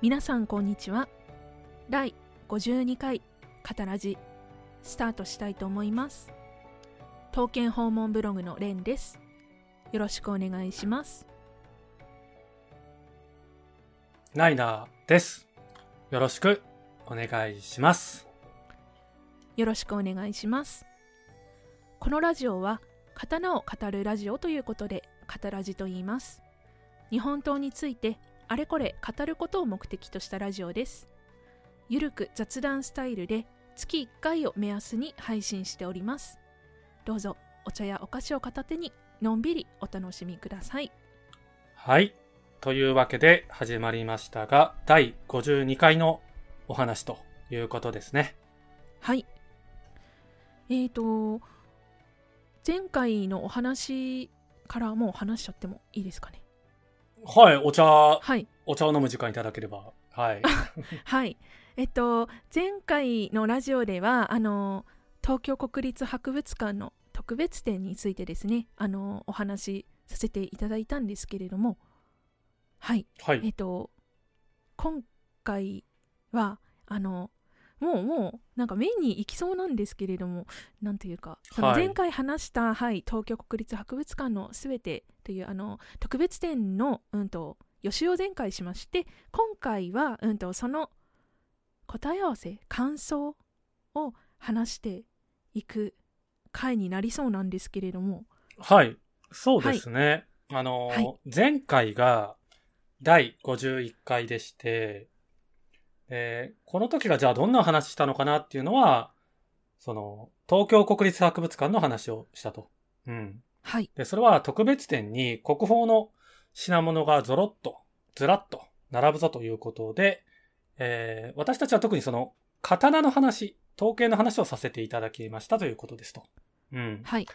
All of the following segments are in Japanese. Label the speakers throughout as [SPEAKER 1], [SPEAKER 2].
[SPEAKER 1] 皆さんこんにちは第52回カタラジスタートしたいと思います刀剣訪問ブログのレンですよろしくお願いします
[SPEAKER 2] ライナーです。よろしくお願いします。
[SPEAKER 1] よろしくお願いしますこのラジオは刀を語るラジオということでカタラジと言います日本刀についてあれこれ語ることを目的としたラジオですゆるく雑談スタイルで月1回を目安に配信しておりますどうぞお茶やお菓子を片手にのんびりお楽しみください
[SPEAKER 2] はい。というわけで始まりましたが、第52回のお話ということですね。
[SPEAKER 1] はい。えーと、前回のお話からもう話しちゃってもいいですかね。
[SPEAKER 2] はい。お茶、
[SPEAKER 1] はい。
[SPEAKER 2] お茶を飲む時間いただければ。 はい。
[SPEAKER 1] はい。えっと、前回のラジオでは、あの、東京国立博物館の特別展についてですね、あの、お話しさせていただいたんですけれども、はい。
[SPEAKER 2] は
[SPEAKER 1] え
[SPEAKER 2] い。
[SPEAKER 1] っと、今回は、あの、もうもう、なんかメインに行きそうなんですけれども、なんというか、その
[SPEAKER 2] はい
[SPEAKER 1] 前回話した、はい、東京国立博物館のすべてという、あの、特別展の、うんと、予習を前回しまして、今回は、うんと、その答え合わせ、感想を話していく回になりそうなんですけれども、
[SPEAKER 2] はい。そうですね。あの、
[SPEAKER 1] はい
[SPEAKER 2] 前回が第51回でして、えーこの時がじゃあどんな話したのかなっていうのは、その、東京国立博物館の話をしたと。うん。
[SPEAKER 1] はい、
[SPEAKER 2] で、それは特別展に国宝の品物がゾロッと、ずらっと並ぶぞということで、えー私たちは特にその、刀の話、刀剣の話をさせていただきましたということですと。うん。
[SPEAKER 1] はい、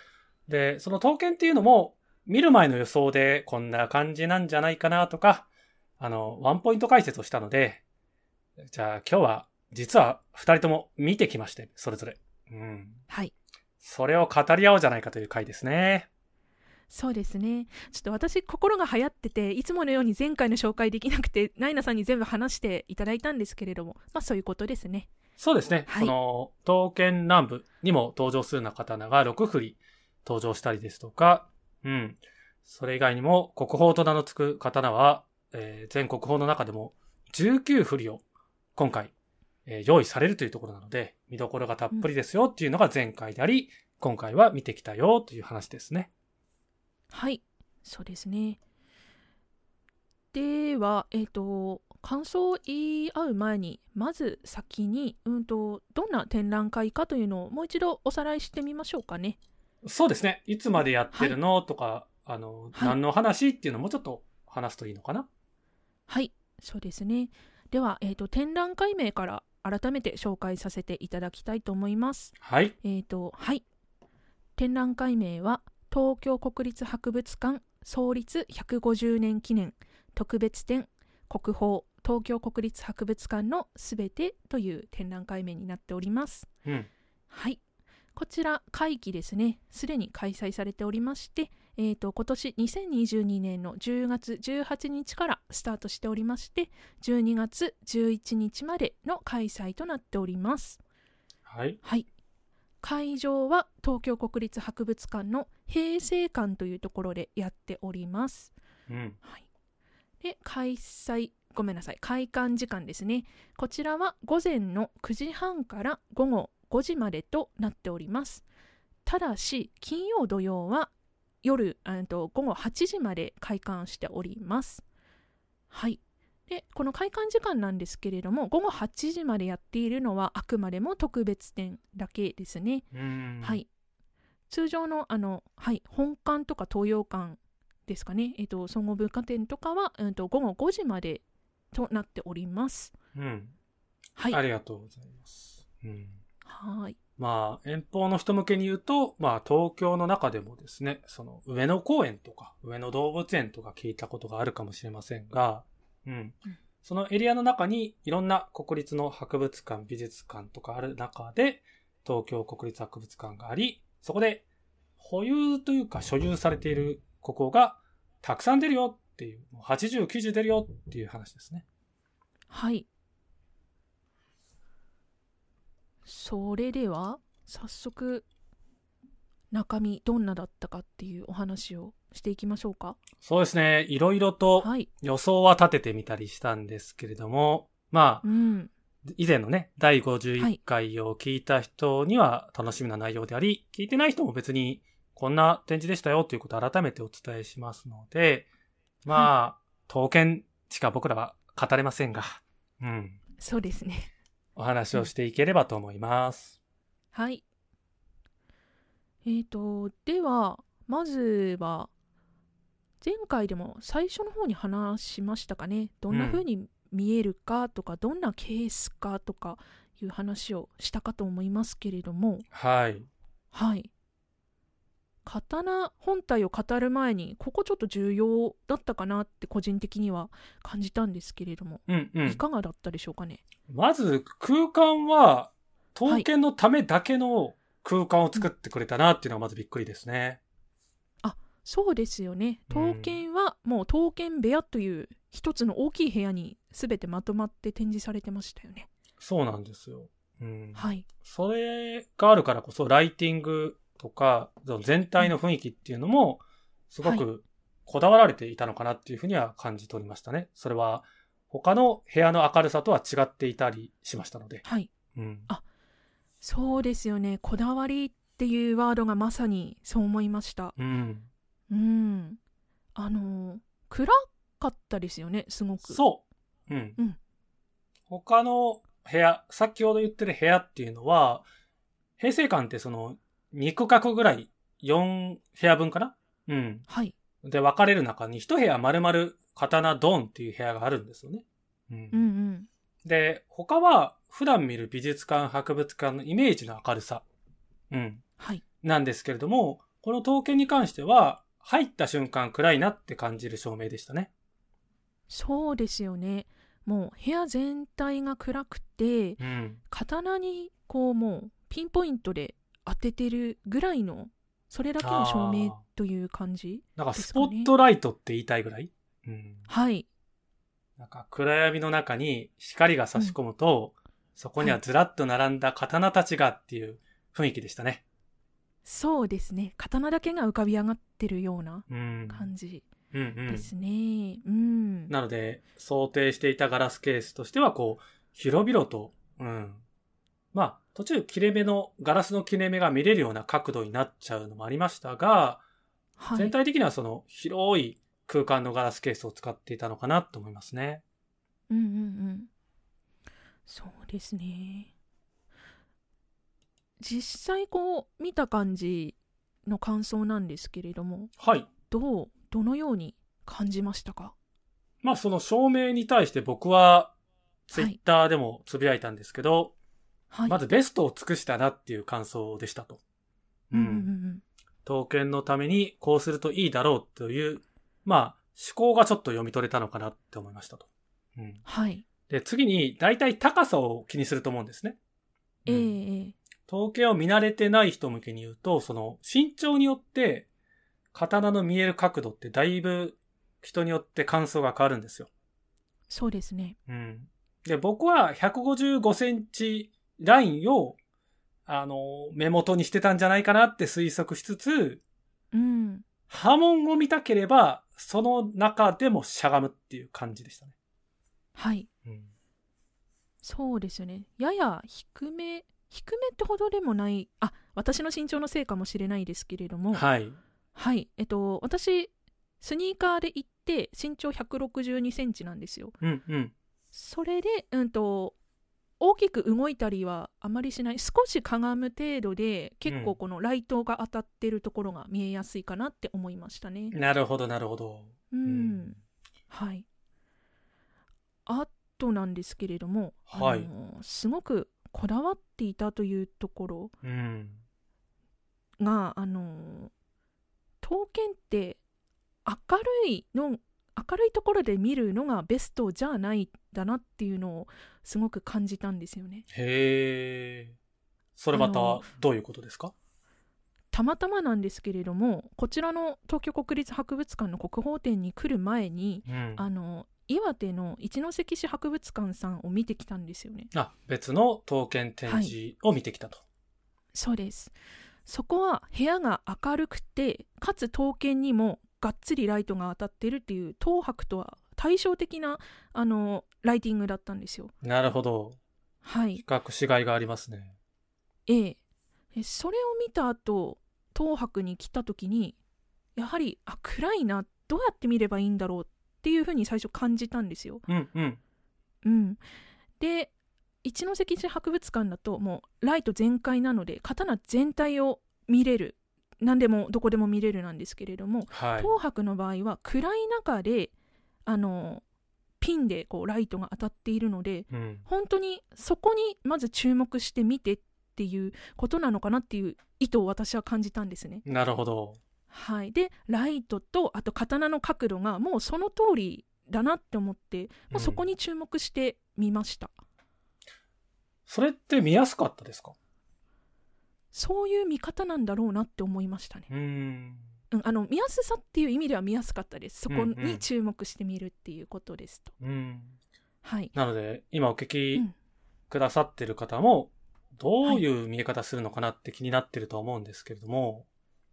[SPEAKER 2] で、その刀剣っていうのも、見る前の予想でこんな感じなんじゃないかなとか、あの、ワンポイント解説をしたので、じゃあ今日は、実は二人とも見てきまして、それぞれ。うん。
[SPEAKER 1] はい。
[SPEAKER 2] それを語り合おうじゃないかという回ですね。
[SPEAKER 1] そうですねちょっと私心が流行ってていつものように前回の紹介できなくてナイナさんに全部話していただいたんですけれどもまあそういうことですね
[SPEAKER 2] そうですね。
[SPEAKER 1] はい
[SPEAKER 2] その、刀剣乱舞にも登場するような刀が6振り登場したりですとか、うん。それ以外にも、国宝と名の付く刀は、えー全国宝の中でも19振りを今回、えー用意されるというところなので、見どころがたっぷりですよっていうのが前回であり、今回は見てきたよという話ですね。
[SPEAKER 1] はいそうですねではえっ、と感想を言い合う前にまず先にうんとどんな展覧会かというのをもう一度おさらいしてみましょうかね
[SPEAKER 2] そうですね。いつまでやってるの、とか、あの、
[SPEAKER 1] はい
[SPEAKER 2] 何の話っていうのもちょっと話すといいのかな。
[SPEAKER 1] はいそうですねでは、えー、と展覧会名から改めて紹介させていただきたいと思います
[SPEAKER 2] はい。
[SPEAKER 1] えー、と、はい。展覧会名は、東京国立博物館創立150年記念特別展国宝東京国立博物館のすべてという展覧会名になっております。
[SPEAKER 2] うん。
[SPEAKER 1] はい。こちら会期ですね、すでに開催されておりまして、えー、と今年2022年の10月18日からスタートしておりまして、12月11日までの開催となっております。
[SPEAKER 2] はい。
[SPEAKER 1] はい。会場は東京国立博物館の平成館というところでやっております。
[SPEAKER 2] うん。
[SPEAKER 1] はい。で、開催、ごめんなさい、開館時間ですね。こちらは午前の9時半から午後5時までとなっております。ただし、金曜土曜は夜、えーと午後8時まで開館しております。はい。で、この開館時間なんですけれども、午後8時までやっているのはあくまでも特別展だけですね。
[SPEAKER 2] うん。
[SPEAKER 1] は。い、通常のあの、はい、本館とか東洋館ですかね、えっと総合文化展とかは、うん、と午後5時までとなっております。
[SPEAKER 2] うん。
[SPEAKER 1] はい、
[SPEAKER 2] あ
[SPEAKER 1] は
[SPEAKER 2] りがとうございます。うん。
[SPEAKER 1] ーい
[SPEAKER 2] まあ、遠方の人向けに言うと、まあ、東京の中でもですね、その、上野公園とか、上野動物園とか聞いたことがあるかもしれませんが、うん。そのエリアの中に、いろんな国立の博物館、美術館とかある中で、東京国立博物館があり、そこで、保有というか所有されているここが、たくさん出るよっていう、もう80、90出るよっていう話ですね。
[SPEAKER 1] はい。それでは、早速、中身どんなだったかっていうお話をしていきましょうか。
[SPEAKER 2] そうですね。いろいろと
[SPEAKER 1] はい。
[SPEAKER 2] 予想は立ててみたりしたんですけれども、ま
[SPEAKER 1] う
[SPEAKER 2] あ、
[SPEAKER 1] ん。
[SPEAKER 2] 以前のね、第
[SPEAKER 1] はい
[SPEAKER 2] 51回を聞いた人には楽しみな内容であり、聞いてない人も別にこんな展示でしたよということを改めてお伝えしますので、まあ、刀剣しか僕らは語れませんが、うん、
[SPEAKER 1] そうですね。
[SPEAKER 2] お話をしていければと思います。
[SPEAKER 1] はい。えっ、と、では、まずは、前回でも最初の方に話しましたかね。どんな風に見えるかとか、どんなケースかとかいう話をしたかと思いますけれども、
[SPEAKER 2] はい。
[SPEAKER 1] はい。刀本体を語る前に、ここちょっと重要だったかなって個人的には感じたんですけれども、
[SPEAKER 2] うんう
[SPEAKER 1] い
[SPEAKER 2] ん。
[SPEAKER 1] かがだったでしょうかね。
[SPEAKER 2] まず、空間は、刀剣のためだけの空間を作ってくれたなっていうのはまずびっくりですね。
[SPEAKER 1] そうですよね。
[SPEAKER 2] うん
[SPEAKER 1] 刀剣はもう刀剣部屋という一つの大きい部屋に全てまとまって展示されてましたよね。
[SPEAKER 2] そうなんですよ。うん。
[SPEAKER 1] はい。
[SPEAKER 2] それがあるからこそ、ライティングとか、その全体の雰囲気っていうのも、すごくこだわられていたのかなっていうふうには感じておりましたね。それは、他の部屋の明るさとは違っていたりしましたので。
[SPEAKER 1] はい。
[SPEAKER 2] うん。
[SPEAKER 1] そうですよね。こだわりっていうワードがまさにそう思いました。
[SPEAKER 2] うん。
[SPEAKER 1] うん。あの、暗かったですよね、すごく。
[SPEAKER 2] そう。うん。
[SPEAKER 1] うん
[SPEAKER 2] 他の部屋、先ほど言ってる部屋っていうのは、平成館ってその、2区画ぐらい、4部屋分かなうん。
[SPEAKER 1] はい。
[SPEAKER 2] で、分かれる中に、一部屋丸々刀ドンっていう部屋があるんですよね。うん
[SPEAKER 1] うんうん。
[SPEAKER 2] で、他は普段見る美術館、博物館のイメージの明るさ。うん。
[SPEAKER 1] はい。
[SPEAKER 2] なんですけれども、この刀剣に関しては、入った瞬間暗いなって感じる照明でしたね。
[SPEAKER 1] そうですよね。もう部屋全体が暗くて、
[SPEAKER 2] うん。
[SPEAKER 1] 刀にこうもうピンポイントで当ててるぐらいのそれだけの照明という感じ
[SPEAKER 2] なんかスポットライトって言いたいぐらい。うん。
[SPEAKER 1] はい
[SPEAKER 2] なんか暗闇の中に光が差し込むと、そこにはずらっと並んだ刀たちがっていう雰囲気でしたね。
[SPEAKER 1] そうですね刀だけが浮かび上がってるような
[SPEAKER 2] うん。
[SPEAKER 1] 感じ
[SPEAKER 2] うんう
[SPEAKER 1] で
[SPEAKER 2] ん。
[SPEAKER 1] すねうん、
[SPEAKER 2] なので、想定していたガラスケースとしては、こう、広々と、うん。まあ、途中切れ目の、ガラスの切れ目が見れるような角度になっちゃうのもありましたが、
[SPEAKER 1] はい、
[SPEAKER 2] 全体的にはその広い空間のガラスケースを使っていたのかなと思いますね。
[SPEAKER 1] うんうんうんそうですね実際こう見た感じの感想なんですけれども
[SPEAKER 2] はい。
[SPEAKER 1] どうどのように感じましたか
[SPEAKER 2] まあ、その照明に対して僕は、ツイ
[SPEAKER 1] は
[SPEAKER 2] ッ
[SPEAKER 1] い
[SPEAKER 2] ターでもつぶやいたんですけど、
[SPEAKER 1] はい
[SPEAKER 2] まずベストを尽くしたなっていう感想でしたと。
[SPEAKER 1] うんうんうんうん
[SPEAKER 2] 刀剣のためにこうするといいだろうという、まあ、思考がちょっと読み取れたのかなって思いましたと。うん、
[SPEAKER 1] はい
[SPEAKER 2] で、次に、大体高さを気にすると思うんですね。
[SPEAKER 1] ええ
[SPEAKER 2] うん
[SPEAKER 1] ええ
[SPEAKER 2] 刀剣を見慣れてない人向けに言うと、その、身長によって、刀の見える角度ってだいぶ人によって感想が変わるんですよ。
[SPEAKER 1] そうですね。
[SPEAKER 2] うん。で、僕は155センチラインを、あの、目元にしてたんじゃないかなって推測しつつ、
[SPEAKER 1] うん。
[SPEAKER 2] 波紋を見たければ、その中でもしゃがむっていう感じでしたね。
[SPEAKER 1] はい。
[SPEAKER 2] うん、
[SPEAKER 1] そうですよね。やや低め、低めってほどでもない、あ、私の身長のせいかもしれないですけれども、はい。
[SPEAKER 2] はい。
[SPEAKER 1] えっと、私、スニーカーで行って、身長162センチなんですよ。
[SPEAKER 2] うんうん。
[SPEAKER 1] それで、うんと、大きく動いたりはあまりしない少しかがむ程度で結
[SPEAKER 2] うん
[SPEAKER 1] 構このライトが当たってるところが見えやすいかなって思いましたね。
[SPEAKER 2] なるほど、なるほど。
[SPEAKER 1] うん
[SPEAKER 2] うん
[SPEAKER 1] はい。あとなんですけれども、
[SPEAKER 2] はい
[SPEAKER 1] あのすごくこだわっていたというところ
[SPEAKER 2] うん。
[SPEAKER 1] が、あの刀剣って明るいの明るいところで見るのがベストじゃないんだなっていうのをすごく感じたんですよね。
[SPEAKER 2] へえ。それまた
[SPEAKER 1] あの、
[SPEAKER 2] どういうことですか
[SPEAKER 1] たまたまなんですけれどもこちらの東京国立博物館の国宝展に来る前に
[SPEAKER 2] うん
[SPEAKER 1] あの岩手の一関市博物館さんを見てきたんですよね。
[SPEAKER 2] あ、別の刀剣展示を見てきたと。
[SPEAKER 1] そうです。そこは部屋が明るくて、かつ刀剣にもがっつりライトが当たってるっていう東博とは対照的なあのライティングだったんですよ。
[SPEAKER 2] なるほど。
[SPEAKER 1] はい
[SPEAKER 2] 比。較しがいがありますね。
[SPEAKER 1] ええ。えそれを見た後、東博に来た時に、やはり、あ、暗いな、どうやって見ればいいんだろうっていうふうに最初感じたんですよ。
[SPEAKER 2] うんうん。
[SPEAKER 1] うん、で一関市博物館だともうライト全開なので刀全体を見れる何でもどこでも見れるなんですけれども、
[SPEAKER 2] はい。
[SPEAKER 1] 東博の場合は暗い中であのピンでこうライトが当たっているので
[SPEAKER 2] うん。
[SPEAKER 1] 本当にそこにまず注目して見てっていうことなのかなっていう意図を私は感じたんですね。
[SPEAKER 2] なるほど。
[SPEAKER 1] はい、でライトとあと刀の角度がもうその通りだなって思ってもうそこ
[SPEAKER 2] に。
[SPEAKER 1] に注目してみました。
[SPEAKER 2] それって見やすかったですか
[SPEAKER 1] そういう見方なんだろうなって思いましたね。
[SPEAKER 2] うん。
[SPEAKER 1] うん、あの見やすさっていう意味では見やすかったです。そこ
[SPEAKER 2] うんうん
[SPEAKER 1] に注目してみるっていうことですと。
[SPEAKER 2] うん。
[SPEAKER 1] はい。
[SPEAKER 2] なので、今お聞き
[SPEAKER 1] うん
[SPEAKER 2] くださってる方も、どういう見え方するのかなって気になってるとは思うんですけれども、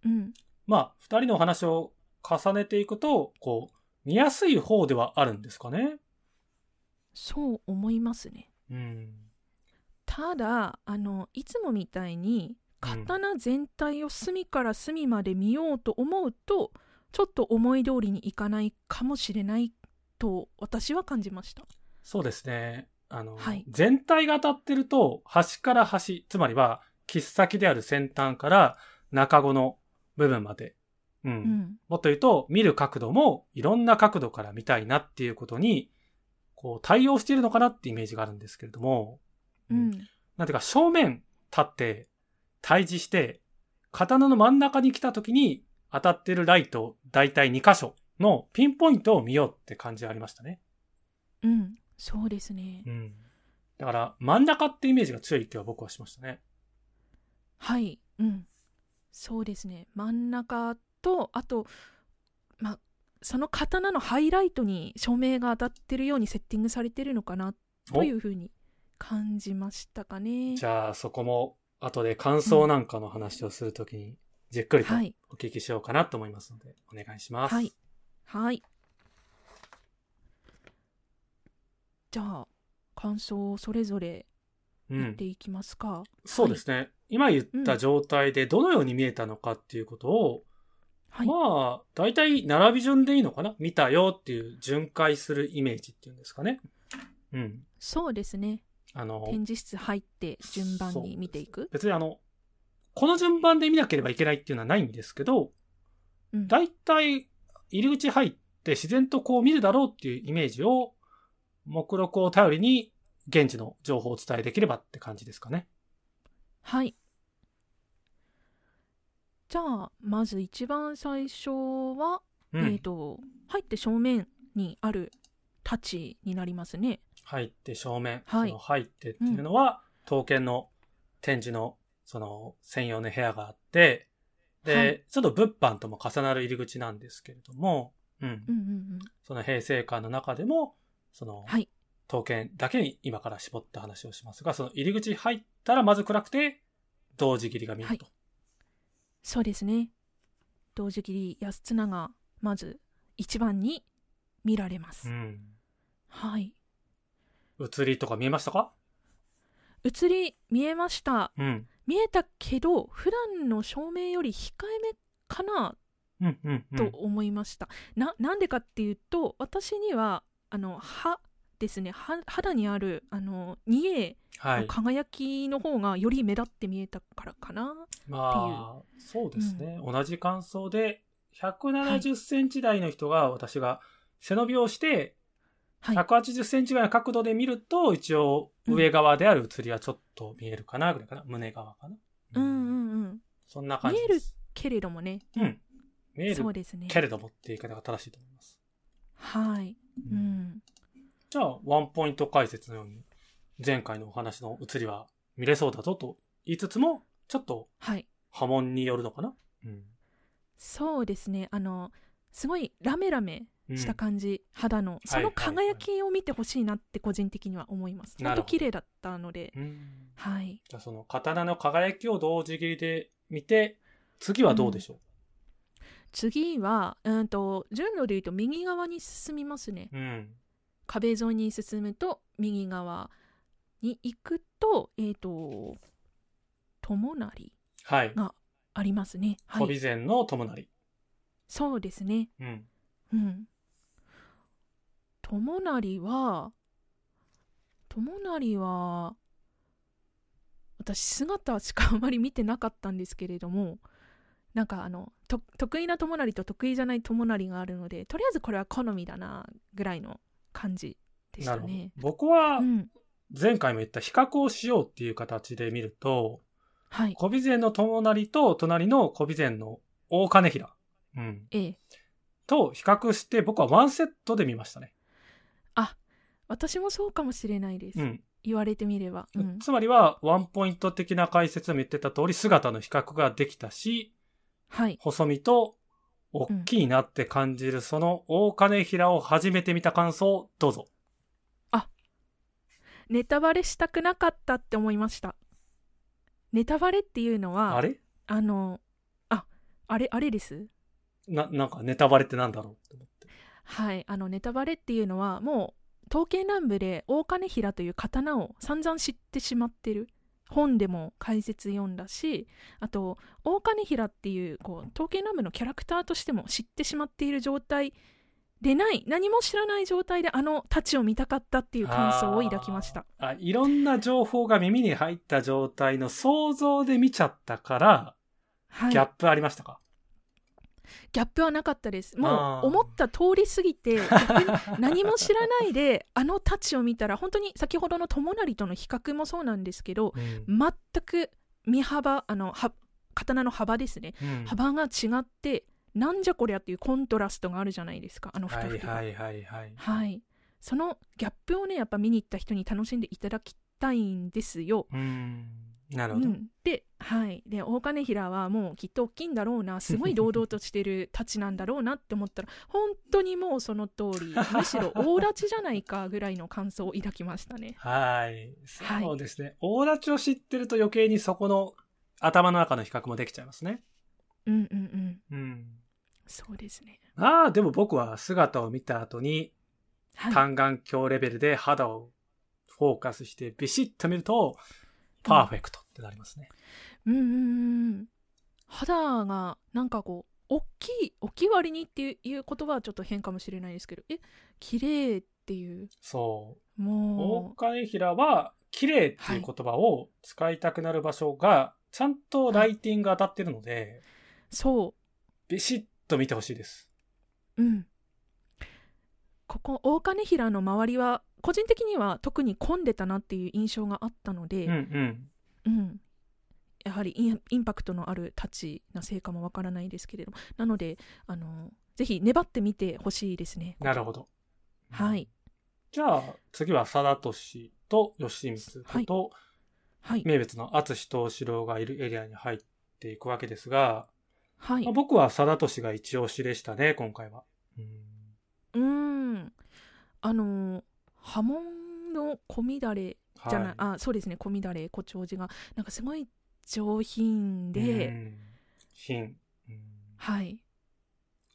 [SPEAKER 1] うん、
[SPEAKER 2] まあ、二人のお話を重ねていくと、こう、見やすい方ではあるんですかね。
[SPEAKER 1] そう思いますね。
[SPEAKER 2] うん。
[SPEAKER 1] ただあのいつもみたいに刀全体を隅から隅まで見ようと思うと、ちょっと思い通りにいかないかもしれないと私は感じました。
[SPEAKER 2] そうですね。あの、
[SPEAKER 1] はい
[SPEAKER 2] 全体が当たってると、端から端、つまりは、切っ先である先端から中子の部分まで。うん。
[SPEAKER 1] うん、
[SPEAKER 2] もっと言うと、見る角度もいろんな角度から見たいなっていうことに、こう、対応しているのかなってイメージがあるんですけれども、
[SPEAKER 1] うん、
[SPEAKER 2] なんていうか、正面立って、対峙して、刀の真ん中に来た時に当たってるライト、だいたい2箇所のピンポイントを見ようって感じがありましたね。
[SPEAKER 1] うん、そうですね。
[SPEAKER 2] うん。だから、真ん中ってイメージが強い気は僕はしましたね。
[SPEAKER 1] はい、うん、そうですね真ん中とあと、まあ、その刀のハイライトに照明が当たってるようにセッティングされてるのかな
[SPEAKER 2] お
[SPEAKER 1] というふうに感じましたかね
[SPEAKER 2] じ。ゃあ、そこも、後で感想なんかの話をするときに、じっくりと
[SPEAKER 1] はい、
[SPEAKER 2] お聞きしようかなと思いますので、お願いします。
[SPEAKER 1] はい。はいじゃあ感想をそれぞれ
[SPEAKER 2] う
[SPEAKER 1] 言っ
[SPEAKER 2] ん
[SPEAKER 1] て。いきますか。
[SPEAKER 2] そうですね。今言った状態でどのように見えたのかっていうことを、
[SPEAKER 1] はい、
[SPEAKER 2] まあ、大体並び順でいいのかな見たよっていう巡回するイメージっていうんですかね。うん。
[SPEAKER 1] そうですね
[SPEAKER 2] あの、
[SPEAKER 1] 展示室入って順番に見ていく。
[SPEAKER 2] 別にあの、この順番で見なければいけないっていうのはないんですけど、
[SPEAKER 1] うん
[SPEAKER 2] 大体入り口入って自然とこう見るだろうっていうイメージを、目録を頼りに現地の情報をお伝えできればって感じですかね。
[SPEAKER 1] はい。じゃあ、まず一番最初は、
[SPEAKER 2] う
[SPEAKER 1] えっ、
[SPEAKER 2] ん。
[SPEAKER 1] と、入って正面にある太刀になりますね。
[SPEAKER 2] 入って正面、
[SPEAKER 1] はい
[SPEAKER 2] その入ってっていうのは、刀剣の展示のその専用の部屋があって、で、
[SPEAKER 1] はい
[SPEAKER 2] ちょっと物販とも重なる入り口なんですけれども、うん
[SPEAKER 1] う。んうん
[SPEAKER 2] その平成館の中でも、その、
[SPEAKER 1] はい
[SPEAKER 2] 刀剣だけに今から絞った話をしますが、その入り口入ったらまず暗くて、同時切りが見えると。
[SPEAKER 1] そうですね。同時切り安綱がまず一番に見られます。
[SPEAKER 2] うん。
[SPEAKER 1] はい。
[SPEAKER 2] 映りとか見えましたか
[SPEAKER 1] 映り見えました。
[SPEAKER 2] うん。
[SPEAKER 1] 見えたけど、普段の照明より控えめかな
[SPEAKER 2] うん、うん、うん。
[SPEAKER 1] と思いました、ななんでかっていうと私にはあの歯ですね歯肌にあるあの 2A
[SPEAKER 2] は
[SPEAKER 1] の
[SPEAKER 2] い。
[SPEAKER 1] 輝きの方がより目立って見えたからかな、
[SPEAKER 2] まあ、そうですね。同じ感想で、170センチ台の人が、私が背伸びをして、
[SPEAKER 1] はい
[SPEAKER 2] 180センチぐらいの角度で見ると、一応、上側である写りはちょっと見えるかな、ぐらいかな。胸側かな。
[SPEAKER 1] うんうんうん
[SPEAKER 2] そんな感じです。
[SPEAKER 1] けれどもね
[SPEAKER 2] 見える。うん。見え
[SPEAKER 1] そう
[SPEAKER 2] る
[SPEAKER 1] ですね
[SPEAKER 2] けれどもっていう言い方が正しいと思います。
[SPEAKER 1] はい、う
[SPEAKER 2] うん
[SPEAKER 1] ん、
[SPEAKER 2] じゃあ、ワンポイント解説のように、前回のお話の写りは見れそうだぞと言いつつも、ちょっと
[SPEAKER 1] はい
[SPEAKER 2] 波紋によるのかな。うん。
[SPEAKER 1] そうですねあのすごいラメラメ
[SPEAKER 2] うん
[SPEAKER 1] した感じ、肌のその
[SPEAKER 2] はいはいは
[SPEAKER 1] 輝
[SPEAKER 2] い
[SPEAKER 1] きを見てほしいなって個人的には思います、
[SPEAKER 2] なるほど
[SPEAKER 1] 本当綺麗だったので
[SPEAKER 2] うん
[SPEAKER 1] はい
[SPEAKER 2] じゃあその刀の輝きを同時切りで見て、次はどうでしょ
[SPEAKER 1] 次はうんと順路で言うと右側に進みますね
[SPEAKER 2] う、うん、
[SPEAKER 1] 壁沿いに進むと右側に行くとえっ、と友成
[SPEAKER 2] はい。
[SPEAKER 1] ありますねは
[SPEAKER 2] 小
[SPEAKER 1] い
[SPEAKER 2] 備前の友成。
[SPEAKER 1] そうですね
[SPEAKER 2] うん。
[SPEAKER 1] うん。友成は、友成は、私姿しかあまり見てなかったんですけれども、なんかあの、と得意な友成と得意じゃない友成があるので、とりあえずこれは好みだな、ぐらいの感じでし
[SPEAKER 2] な
[SPEAKER 1] た
[SPEAKER 2] るほど
[SPEAKER 1] ね。。
[SPEAKER 2] 僕は
[SPEAKER 1] うん。
[SPEAKER 2] 前回も言った比較をしようっていう形で見ると、
[SPEAKER 1] はい。
[SPEAKER 2] 小備前の友成と隣の小備前の大金平。うん。
[SPEAKER 1] ええ。
[SPEAKER 2] と比較して僕はワンセットで見ましたね。
[SPEAKER 1] あ、私もそうかもしれないです。
[SPEAKER 2] うん。
[SPEAKER 1] 言われてみれば。うん。
[SPEAKER 2] つまりはワンポイント的な解説も言ってた通り姿の比較ができたし、
[SPEAKER 1] はい。
[SPEAKER 2] 細身と大きいなって感じる、その大金平を初めて見た感想、どうぞ。
[SPEAKER 1] ネタバレしたくなかったって思いました。ネタバレっていうのは、
[SPEAKER 2] あれ
[SPEAKER 1] あの、あ、あれ、あれです。
[SPEAKER 2] な、なんかネタバレってなんだろうって思って。
[SPEAKER 1] はい、あの、ネタバレっていうのは、もう、刀剣乱舞で大金平という刀を散々知ってしまってる。本でも解説読んだし、あと、大金平っていう、こう、刀剣乱舞のキャラクターとしても知ってしまっている状態でない、何も知らない状態であの太刀を見たかったっていう感想を抱きました。
[SPEAKER 2] あーあいろんな情報が耳に入った状態の想像で見ちゃったから、
[SPEAKER 1] はい。
[SPEAKER 2] ギャップありまし たか、
[SPEAKER 1] ギャップはなかったです
[SPEAKER 2] あ
[SPEAKER 1] も
[SPEAKER 2] ー
[SPEAKER 1] う思った通り過ぎて 逆に何も知らないであの太刀を見たら本当に先ほどの友成との比較もそうなんですけど
[SPEAKER 2] うん
[SPEAKER 1] 全く身幅あのは刀の幅ですね
[SPEAKER 2] うん
[SPEAKER 1] 幅が違ってなんじゃこりゃっていうコントラストがあるじゃないですかあの
[SPEAKER 2] は
[SPEAKER 1] 二
[SPEAKER 2] い
[SPEAKER 1] 人が
[SPEAKER 2] はいはいはい。
[SPEAKER 1] はいそのギャップをねやっぱ見に行った人に楽しんでいただきたいんですよ、
[SPEAKER 2] うん。なる
[SPEAKER 1] う
[SPEAKER 2] ほど。
[SPEAKER 1] ん、で,、はい、で大金平はもうきっと大きいんだろうなすごい堂々としてるたちなんだろうなって思ったら 本当にもうその通 りむしろ大立ちじゃないかぐらいの感想を抱きましたね。
[SPEAKER 2] はい。そうですね。大立ちを知ってると余計にそこの頭の中の比較もできちゃいますね。
[SPEAKER 1] うんうんうん
[SPEAKER 2] うん。
[SPEAKER 1] そうですね。
[SPEAKER 2] ああ、でも僕は姿を見た後に、
[SPEAKER 1] はい、
[SPEAKER 2] 単眼鏡レベルで肌をフォーカスしてビシッと見ると、パーフェクトってなりますね。
[SPEAKER 1] うんうんうんうん肌がなんかこう大きい大きい割にっていう言葉はちょっと変かもしれないですけどえ綺麗っていう
[SPEAKER 2] そう。大
[SPEAKER 1] も
[SPEAKER 2] 金平は綺麗っていう言葉を使いたくなる場所がちゃんとライティングが当たってるので、
[SPEAKER 1] うそう
[SPEAKER 2] ビシッと見てほしいです。
[SPEAKER 1] うん、ここ大金平の周りは個人的には特に混んでたなっていう印象があったの
[SPEAKER 2] うんう
[SPEAKER 1] で、
[SPEAKER 2] ん。
[SPEAKER 1] うんやはりインインパクトのある太刀なせいかもわからないですけれどもなのであのぜひ粘ってみてほしいですね。
[SPEAKER 2] なるほど。
[SPEAKER 1] はい、
[SPEAKER 2] じゃあ次は貞俊と吉光と、
[SPEAKER 1] はい、
[SPEAKER 2] 名物の厚藤四郎がいるエリアに入っていくわけですが、
[SPEAKER 1] は
[SPEAKER 2] まあ
[SPEAKER 1] い、
[SPEAKER 2] 僕は貞俊が一押しでしたね、今回は。う
[SPEAKER 1] う
[SPEAKER 2] ん
[SPEAKER 1] ーんあの波紋の小乱れじゃない、
[SPEAKER 2] は
[SPEAKER 1] あそうですね小乱れ胡蝶子がなんかすごい上品
[SPEAKER 2] い、
[SPEAKER 1] で、
[SPEAKER 2] うん、品。うん
[SPEAKER 1] はい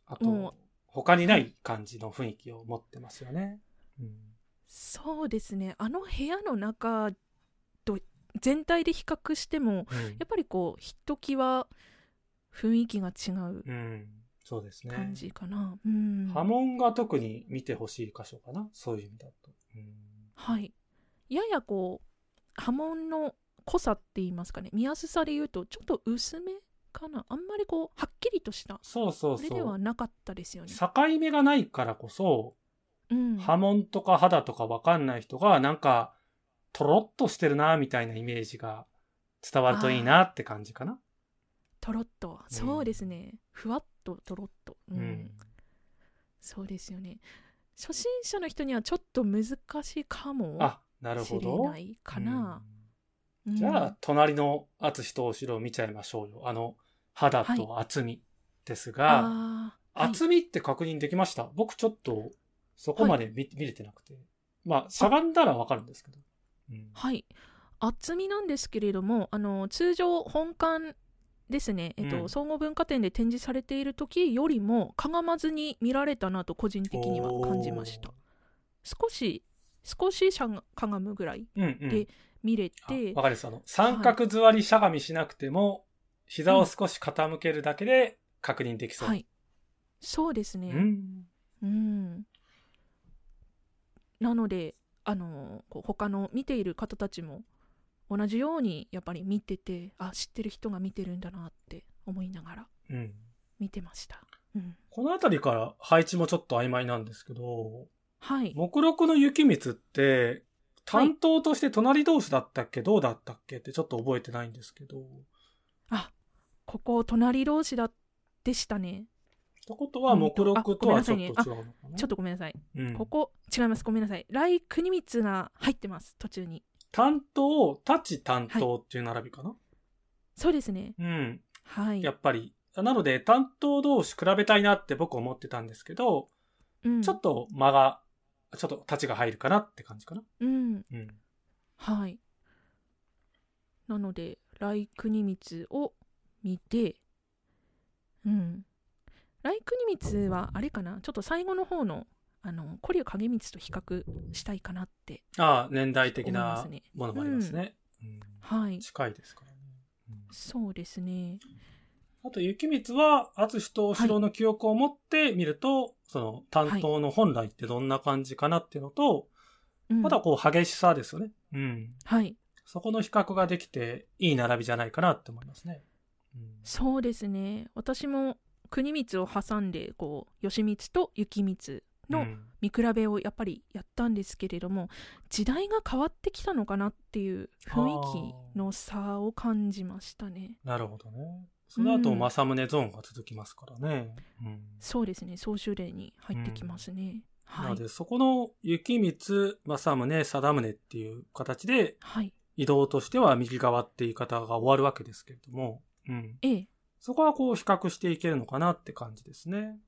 [SPEAKER 2] あ
[SPEAKER 1] も
[SPEAKER 2] と、他にない感じの雰囲気を持ってますよね。うん
[SPEAKER 1] そうですねあの部屋の中と全体で比較してもやっぱりこうひときわ雰囲気が違う
[SPEAKER 2] うん、そうですね。
[SPEAKER 1] 感じかな、うん
[SPEAKER 2] 波紋が特に見てほしい箇所かな、そういう意味だと。うん
[SPEAKER 1] はいややこう波紋の濃さって言いますかね見やすさで言うとちょっと薄めかなあんまりこうはっきりとした
[SPEAKER 2] そうそう
[SPEAKER 1] それで
[SPEAKER 2] そ
[SPEAKER 1] は
[SPEAKER 2] う。
[SPEAKER 1] なかったですよね、
[SPEAKER 2] 境目がないからこそ、
[SPEAKER 1] うん、
[SPEAKER 2] 波紋とか肌とかわかんない人が、なんか、とろっとしてるな、みたいなイメージが伝わるといいなって感じかな。
[SPEAKER 1] とろっとそうですね、ふわっととろっとうん、そうですよね初心者の人にはちょっと難しいかも
[SPEAKER 2] あ、なる
[SPEAKER 1] し
[SPEAKER 2] ほ
[SPEAKER 1] れ
[SPEAKER 2] ど
[SPEAKER 1] な。いかな、
[SPEAKER 2] うん
[SPEAKER 1] うん
[SPEAKER 2] じゃあ、隣の厚と後ろを見ちゃいましょうよ。あの、肌と厚みですが、
[SPEAKER 1] あはい
[SPEAKER 2] 厚みって確認できました僕ちょっと、そこまで見,、見れてなくて。まあ、しゃがんだらわかるんですけど。うん。
[SPEAKER 1] はい、厚みなんですけれどもあの通常本館ですね、えっと
[SPEAKER 2] うん
[SPEAKER 1] 総合文化展で展示されている時よりもかがまずに見られたなと個人的には感じました
[SPEAKER 2] おー。
[SPEAKER 1] 少し少ししゃがかがむぐらい
[SPEAKER 2] うんうん。
[SPEAKER 1] で見れ
[SPEAKER 2] あ
[SPEAKER 1] て
[SPEAKER 2] わかります。あの、三角座りしゃがみしなくても、膝を少し傾けるだけで確認できそう。
[SPEAKER 1] はいそうです
[SPEAKER 2] う
[SPEAKER 1] ね
[SPEAKER 2] ん。
[SPEAKER 1] うんなのであのこう他の見ている方たちも同じようにやっぱり見ててあ知ってる人が見てるんだなって思いながら
[SPEAKER 2] うん。
[SPEAKER 1] 見てました、うん、
[SPEAKER 2] このあたりから配置もちょっと曖昧なんですけど、
[SPEAKER 1] はい
[SPEAKER 2] 目録の雪光って、
[SPEAKER 1] はい
[SPEAKER 2] 担当として隣同士だったっけ、どうだったっけってちょっと覚えてないんですけど。っ
[SPEAKER 1] あここ隣同士だでしたね
[SPEAKER 2] てことは、目録とはちょっと違うのかな、
[SPEAKER 1] ちょっとごめんなさい、
[SPEAKER 2] うん
[SPEAKER 1] ここ違いますごめんなさい来国光が入ってます途中に
[SPEAKER 2] 担当、立ち担当っていう並びかな、
[SPEAKER 1] そうですね
[SPEAKER 2] うん。
[SPEAKER 1] はい
[SPEAKER 2] やっぱり。なので、担当同士比べたいなって僕思ってたんですけど、
[SPEAKER 1] うん、
[SPEAKER 2] ちょっと間が、ちょっと立ちが入るかなって感じかな。
[SPEAKER 1] うん
[SPEAKER 2] うん。
[SPEAKER 1] はい。なので、来国光を見て、うん。来国光は、あれかな、ちょっと最後の方の、あの、古流影光と比較したいかなって。
[SPEAKER 2] ああ、年代的
[SPEAKER 1] 思います
[SPEAKER 2] な
[SPEAKER 1] ね
[SPEAKER 2] ものもありますね。うん
[SPEAKER 1] はい。
[SPEAKER 2] 近いですからね。
[SPEAKER 1] そうですね。
[SPEAKER 2] うんあと、雪光は、淳と後ろの記憶を持って見ると、その、担当の本来ってどんな感じかなっていうのと、
[SPEAKER 1] うん、
[SPEAKER 2] またこう、激しさですよね。うん。
[SPEAKER 1] はい。
[SPEAKER 2] そこの比較ができて、いい並びじゃないかなって思いますね。うん
[SPEAKER 1] そうですね。私も、国光を挟んで、こう、義光と雪光の
[SPEAKER 2] うん
[SPEAKER 1] 見比べをやっぱりやったんですけれども時代が変わってきたのかなっていう雰囲気の差を感じましたね
[SPEAKER 2] なるほどね。その後、正宗ゾーンが続きますからね。うん
[SPEAKER 1] そうですね総集令に入ってきますね、
[SPEAKER 2] な
[SPEAKER 1] は
[SPEAKER 2] の
[SPEAKER 1] い
[SPEAKER 2] で、そこの雪光、正宗、貞宗っていう形で、
[SPEAKER 1] はい
[SPEAKER 2] 移動としては右側って言い方が終わるわけですけれども、うん、
[SPEAKER 1] ええ
[SPEAKER 2] そこはこう比較していけるのかなって感じですね。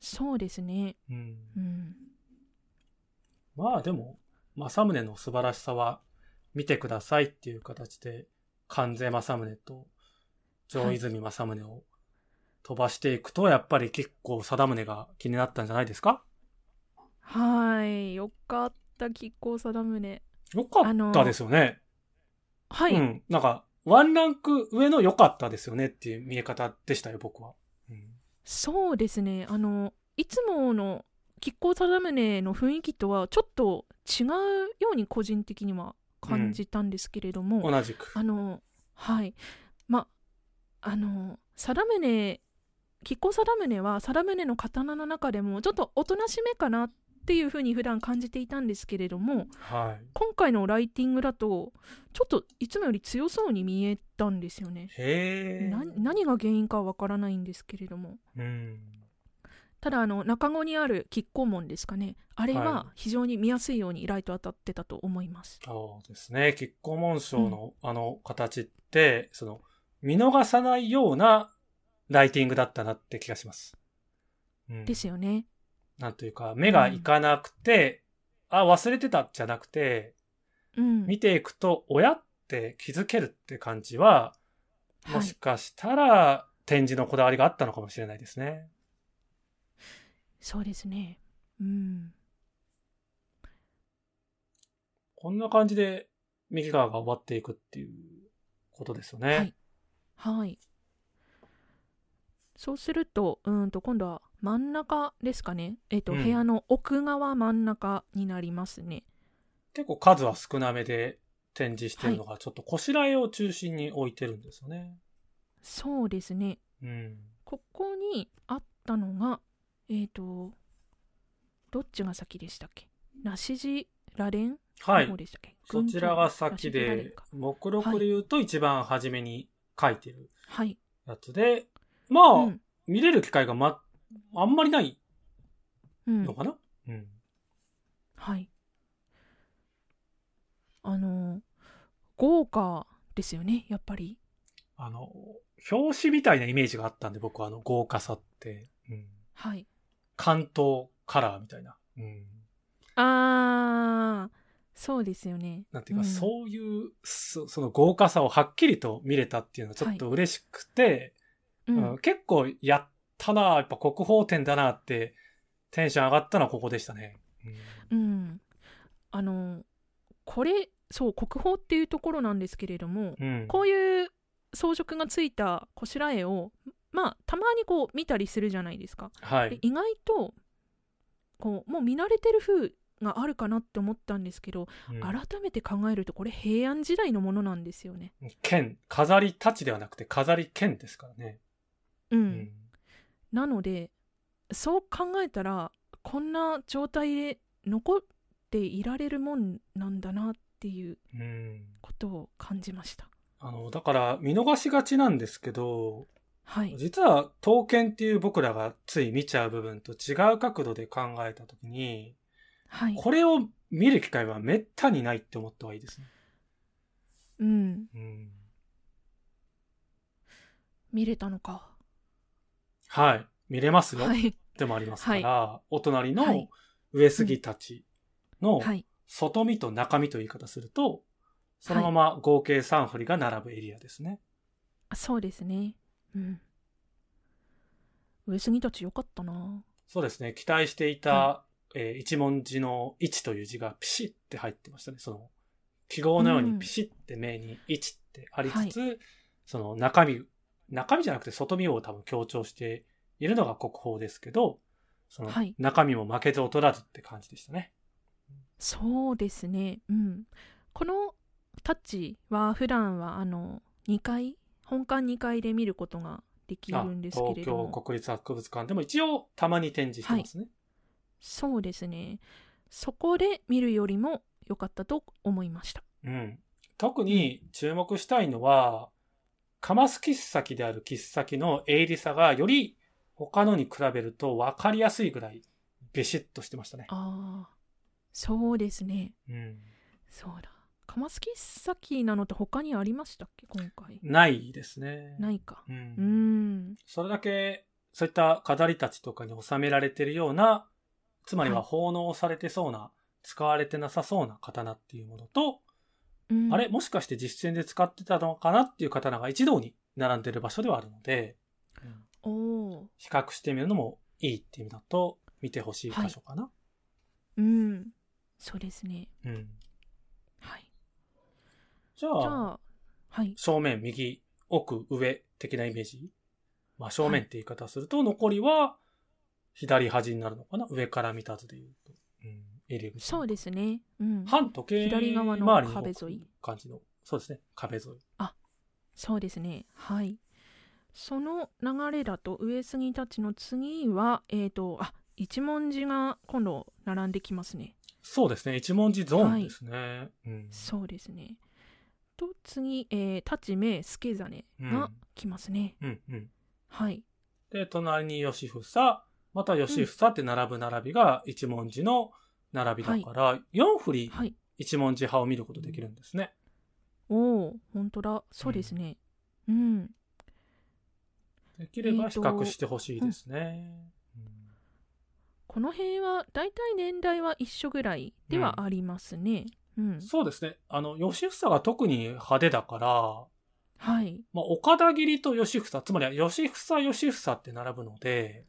[SPEAKER 1] そうですね
[SPEAKER 2] うん、
[SPEAKER 1] うん
[SPEAKER 2] まあでも、正宗の素晴らしさは、見てくださいっていう形で、関税正宗と上泉正宗を飛ばしていくと、やっぱり結構貞宗が気になったんじゃないですか
[SPEAKER 1] はいよかった亀甲定宗
[SPEAKER 2] よかったですよね。
[SPEAKER 1] はい、
[SPEAKER 2] うん。なんか、ワンランク上の良かったですよねっていう見え方でしたよ、僕は。うん、
[SPEAKER 1] そうですねあのいつもの亀甲定宗の雰囲気とはちょっと違うように個人的には感じたんですけれども、
[SPEAKER 2] 同じく。
[SPEAKER 1] あのはいまあの定宗亀甲定宗は定宗の刀の中でもちょっとおとなしめかなっていうふうに普段感じていたんですけれども
[SPEAKER 2] はい。
[SPEAKER 1] 今回のライティングだとちょっといつもより強そうに見えたんですよね。
[SPEAKER 2] へえ。
[SPEAKER 1] な何が原因かはわからないんですけれども
[SPEAKER 2] うん。
[SPEAKER 1] ただあの中子にある亀甲門ですかねあれ
[SPEAKER 2] は
[SPEAKER 1] は非常に見やすいようにライト当たってたと思います。
[SPEAKER 2] そうですね。亀甲紋章のあの形って、その、見逃さないようなライティングだったなって気がします。うん、
[SPEAKER 1] ですよね。
[SPEAKER 2] なんというか、目がいかなくて、あ、忘れてたじゃなくて、
[SPEAKER 1] うん、
[SPEAKER 2] 見ていくと、親って気づけるって感じは、もしかしたら、展示のこだわりがあったのかもしれないですね。
[SPEAKER 1] そうですね。うん。
[SPEAKER 2] こんな感じで、右側が終わっていくっていうことですよね。
[SPEAKER 1] はいはい。そうすると、うーんと今度は真ん中ですかね。えっ、と、
[SPEAKER 2] うん
[SPEAKER 1] 部屋の奥側真ん中になりますね。
[SPEAKER 2] 結構数は少なめで展示してるのが、ちょっとこしらえを中心に置いてるんですよね。
[SPEAKER 1] そうですね。
[SPEAKER 2] うん。
[SPEAKER 1] ここにあったのが、えっ、と、どっちが先でしたっけラシジラレン
[SPEAKER 2] は
[SPEAKER 1] の方
[SPEAKER 2] い。
[SPEAKER 1] でしたっけ
[SPEAKER 2] そちらが先
[SPEAKER 1] ラシジラレン
[SPEAKER 2] で
[SPEAKER 1] か、
[SPEAKER 2] 目録で言うと一番初めに書いてる
[SPEAKER 1] はい。
[SPEAKER 2] やつで、まあ、
[SPEAKER 1] うん。
[SPEAKER 2] 見れる機会がま、あんまりない
[SPEAKER 1] うん
[SPEAKER 2] のかなうん。
[SPEAKER 1] はい。あの、豪華ですよね、やっぱり。
[SPEAKER 2] あの、表紙みたいなイメージがあったんで、僕はあの、豪華さって。うん。
[SPEAKER 1] はい。
[SPEAKER 2] 関東カラーみたいな。うん。
[SPEAKER 1] あー、そうですよね。
[SPEAKER 2] なんていうか、
[SPEAKER 1] うん
[SPEAKER 2] そういうそ、その豪華さをはっきりと見れたっていうのはちょっと嬉しくて、
[SPEAKER 1] う
[SPEAKER 2] うん
[SPEAKER 1] ん。
[SPEAKER 2] 結構やったなやっぱ国宝展だなって、テンション上がったのはここでしたね。うん
[SPEAKER 1] うん、あのこれそう国宝っていうところなんですけれども、
[SPEAKER 2] うん。
[SPEAKER 1] こういう装飾がついたこしらえをまあたまにこう見たりするじゃないですか。
[SPEAKER 2] は
[SPEAKER 1] で
[SPEAKER 2] い。
[SPEAKER 1] 意外とこうもう見慣れてる風があるかなって思ったんですけど、
[SPEAKER 2] うん
[SPEAKER 1] 改めて考えるとこれ平安時代のものなんですよね。
[SPEAKER 2] 剣、飾りたちではなくて飾り剣ですからね。
[SPEAKER 1] うん
[SPEAKER 2] う。
[SPEAKER 1] なのでそう考えたらこんな状態で残っていられるもんなんだなっていう
[SPEAKER 2] うん。
[SPEAKER 1] ことを感じました。
[SPEAKER 2] あの、だから見逃しがちなんですけど、
[SPEAKER 1] はい。
[SPEAKER 2] 実は刀剣っていう僕らがつい見ちゃう部分と違う角度で考えたときに、
[SPEAKER 1] はい。
[SPEAKER 2] これを見る機会はめったにないって思った方がいいですね。
[SPEAKER 1] うん。
[SPEAKER 2] うん。
[SPEAKER 1] 見れたのか。
[SPEAKER 2] はい。見れますよ。
[SPEAKER 1] はい。
[SPEAKER 2] でもありますから、お隣の
[SPEAKER 1] はい
[SPEAKER 2] 上杉たちの
[SPEAKER 1] はい。
[SPEAKER 2] 外見と中身という言い方すると、そのまま合計3振りが並ぶエリアですね。
[SPEAKER 1] あそうですね。うん。上杉たちよかったな。
[SPEAKER 2] そうですね。期待していた、
[SPEAKER 1] は
[SPEAKER 2] えー一文字の一という字がピシッって入ってましたね。その、記号のよう
[SPEAKER 1] う
[SPEAKER 2] に
[SPEAKER 1] ん
[SPEAKER 2] ピシッって目に一ってありつつ、その中身、中身じゃなくて外見を多分強調しているのが国宝ですけど、その
[SPEAKER 1] はい
[SPEAKER 2] 中身も負けず劣らずって感じでしたね。
[SPEAKER 1] そうですね。うん。このタッチは普段はあの2階、本館2階で見ることができる
[SPEAKER 2] あ
[SPEAKER 1] んですけ
[SPEAKER 2] 東
[SPEAKER 1] れど
[SPEAKER 2] 京
[SPEAKER 1] も。
[SPEAKER 2] 国立博物館でも一応たまに展示してますね。
[SPEAKER 1] そうですね。そこで見るよりも良かったと思いました。
[SPEAKER 2] うん。特に注目したいのは、カマス喫茶機である喫茶機の鋭利さがより他のに比べると分かりやすいぐらいビシッとしてましたね。
[SPEAKER 1] ああ、そうですね。
[SPEAKER 2] うん。
[SPEAKER 1] そうだ。カマスキサキなのって他にありましたっけ今回。
[SPEAKER 2] ないですね。
[SPEAKER 1] ないか。
[SPEAKER 2] う。
[SPEAKER 1] うんん。
[SPEAKER 2] それだけ、そういった飾りたちとかに収められてるような、つまりは
[SPEAKER 1] はい
[SPEAKER 2] 奉納されてそうな、使われてなさそうな刀っていうものと、
[SPEAKER 1] うん
[SPEAKER 2] あれもしかして実戦で使ってたのかなっていう刀が一堂に並んでる場所ではあるので、
[SPEAKER 1] おお
[SPEAKER 2] 比較してみるのもいいっていう意味だと見てほしい箇所かな。
[SPEAKER 1] ー。うん。そうですね。
[SPEAKER 2] うん。
[SPEAKER 1] はい。
[SPEAKER 2] じ
[SPEAKER 1] じ
[SPEAKER 2] ゃ
[SPEAKER 1] ゃ
[SPEAKER 2] あ、
[SPEAKER 1] あ、はい。
[SPEAKER 2] 正面、右、奥、上的なイメージ。まあ正面って言い方すると、残りは左端になるのかな上から見た図で言うと。うん。入り口。
[SPEAKER 1] そうですね。うん。
[SPEAKER 2] 半時計回り
[SPEAKER 1] 左側の壁沿い
[SPEAKER 2] 感じの。そうですね。壁沿い。
[SPEAKER 1] そうですね。はい。その流れだと、上杉たちの次は、えっ、と、あ、一文字が今度並んできますね。
[SPEAKER 2] そうですね。一文字ゾーンですね。うん。
[SPEAKER 1] そうですね。と、次、えー、太刀目助真が来ますね。
[SPEAKER 2] うんうん。
[SPEAKER 1] はい。
[SPEAKER 2] で、隣に吉房、また吉房って並ぶ並びが一文字の並びだから、四振り
[SPEAKER 1] はい。
[SPEAKER 2] 一文字派を見ることできるんですね。
[SPEAKER 1] おお、本当だ。そうですね。うん
[SPEAKER 2] できれば
[SPEAKER 1] えー
[SPEAKER 2] 比
[SPEAKER 1] と
[SPEAKER 2] 較してほしいですね。
[SPEAKER 1] この辺は大体年代は一緒ぐらいではありますね。うん。
[SPEAKER 2] うんそうですね。あの、吉房が特に派手だから、
[SPEAKER 1] はい。
[SPEAKER 2] まあ、岡田切りと吉房、つまりは吉房、吉房って並ぶので、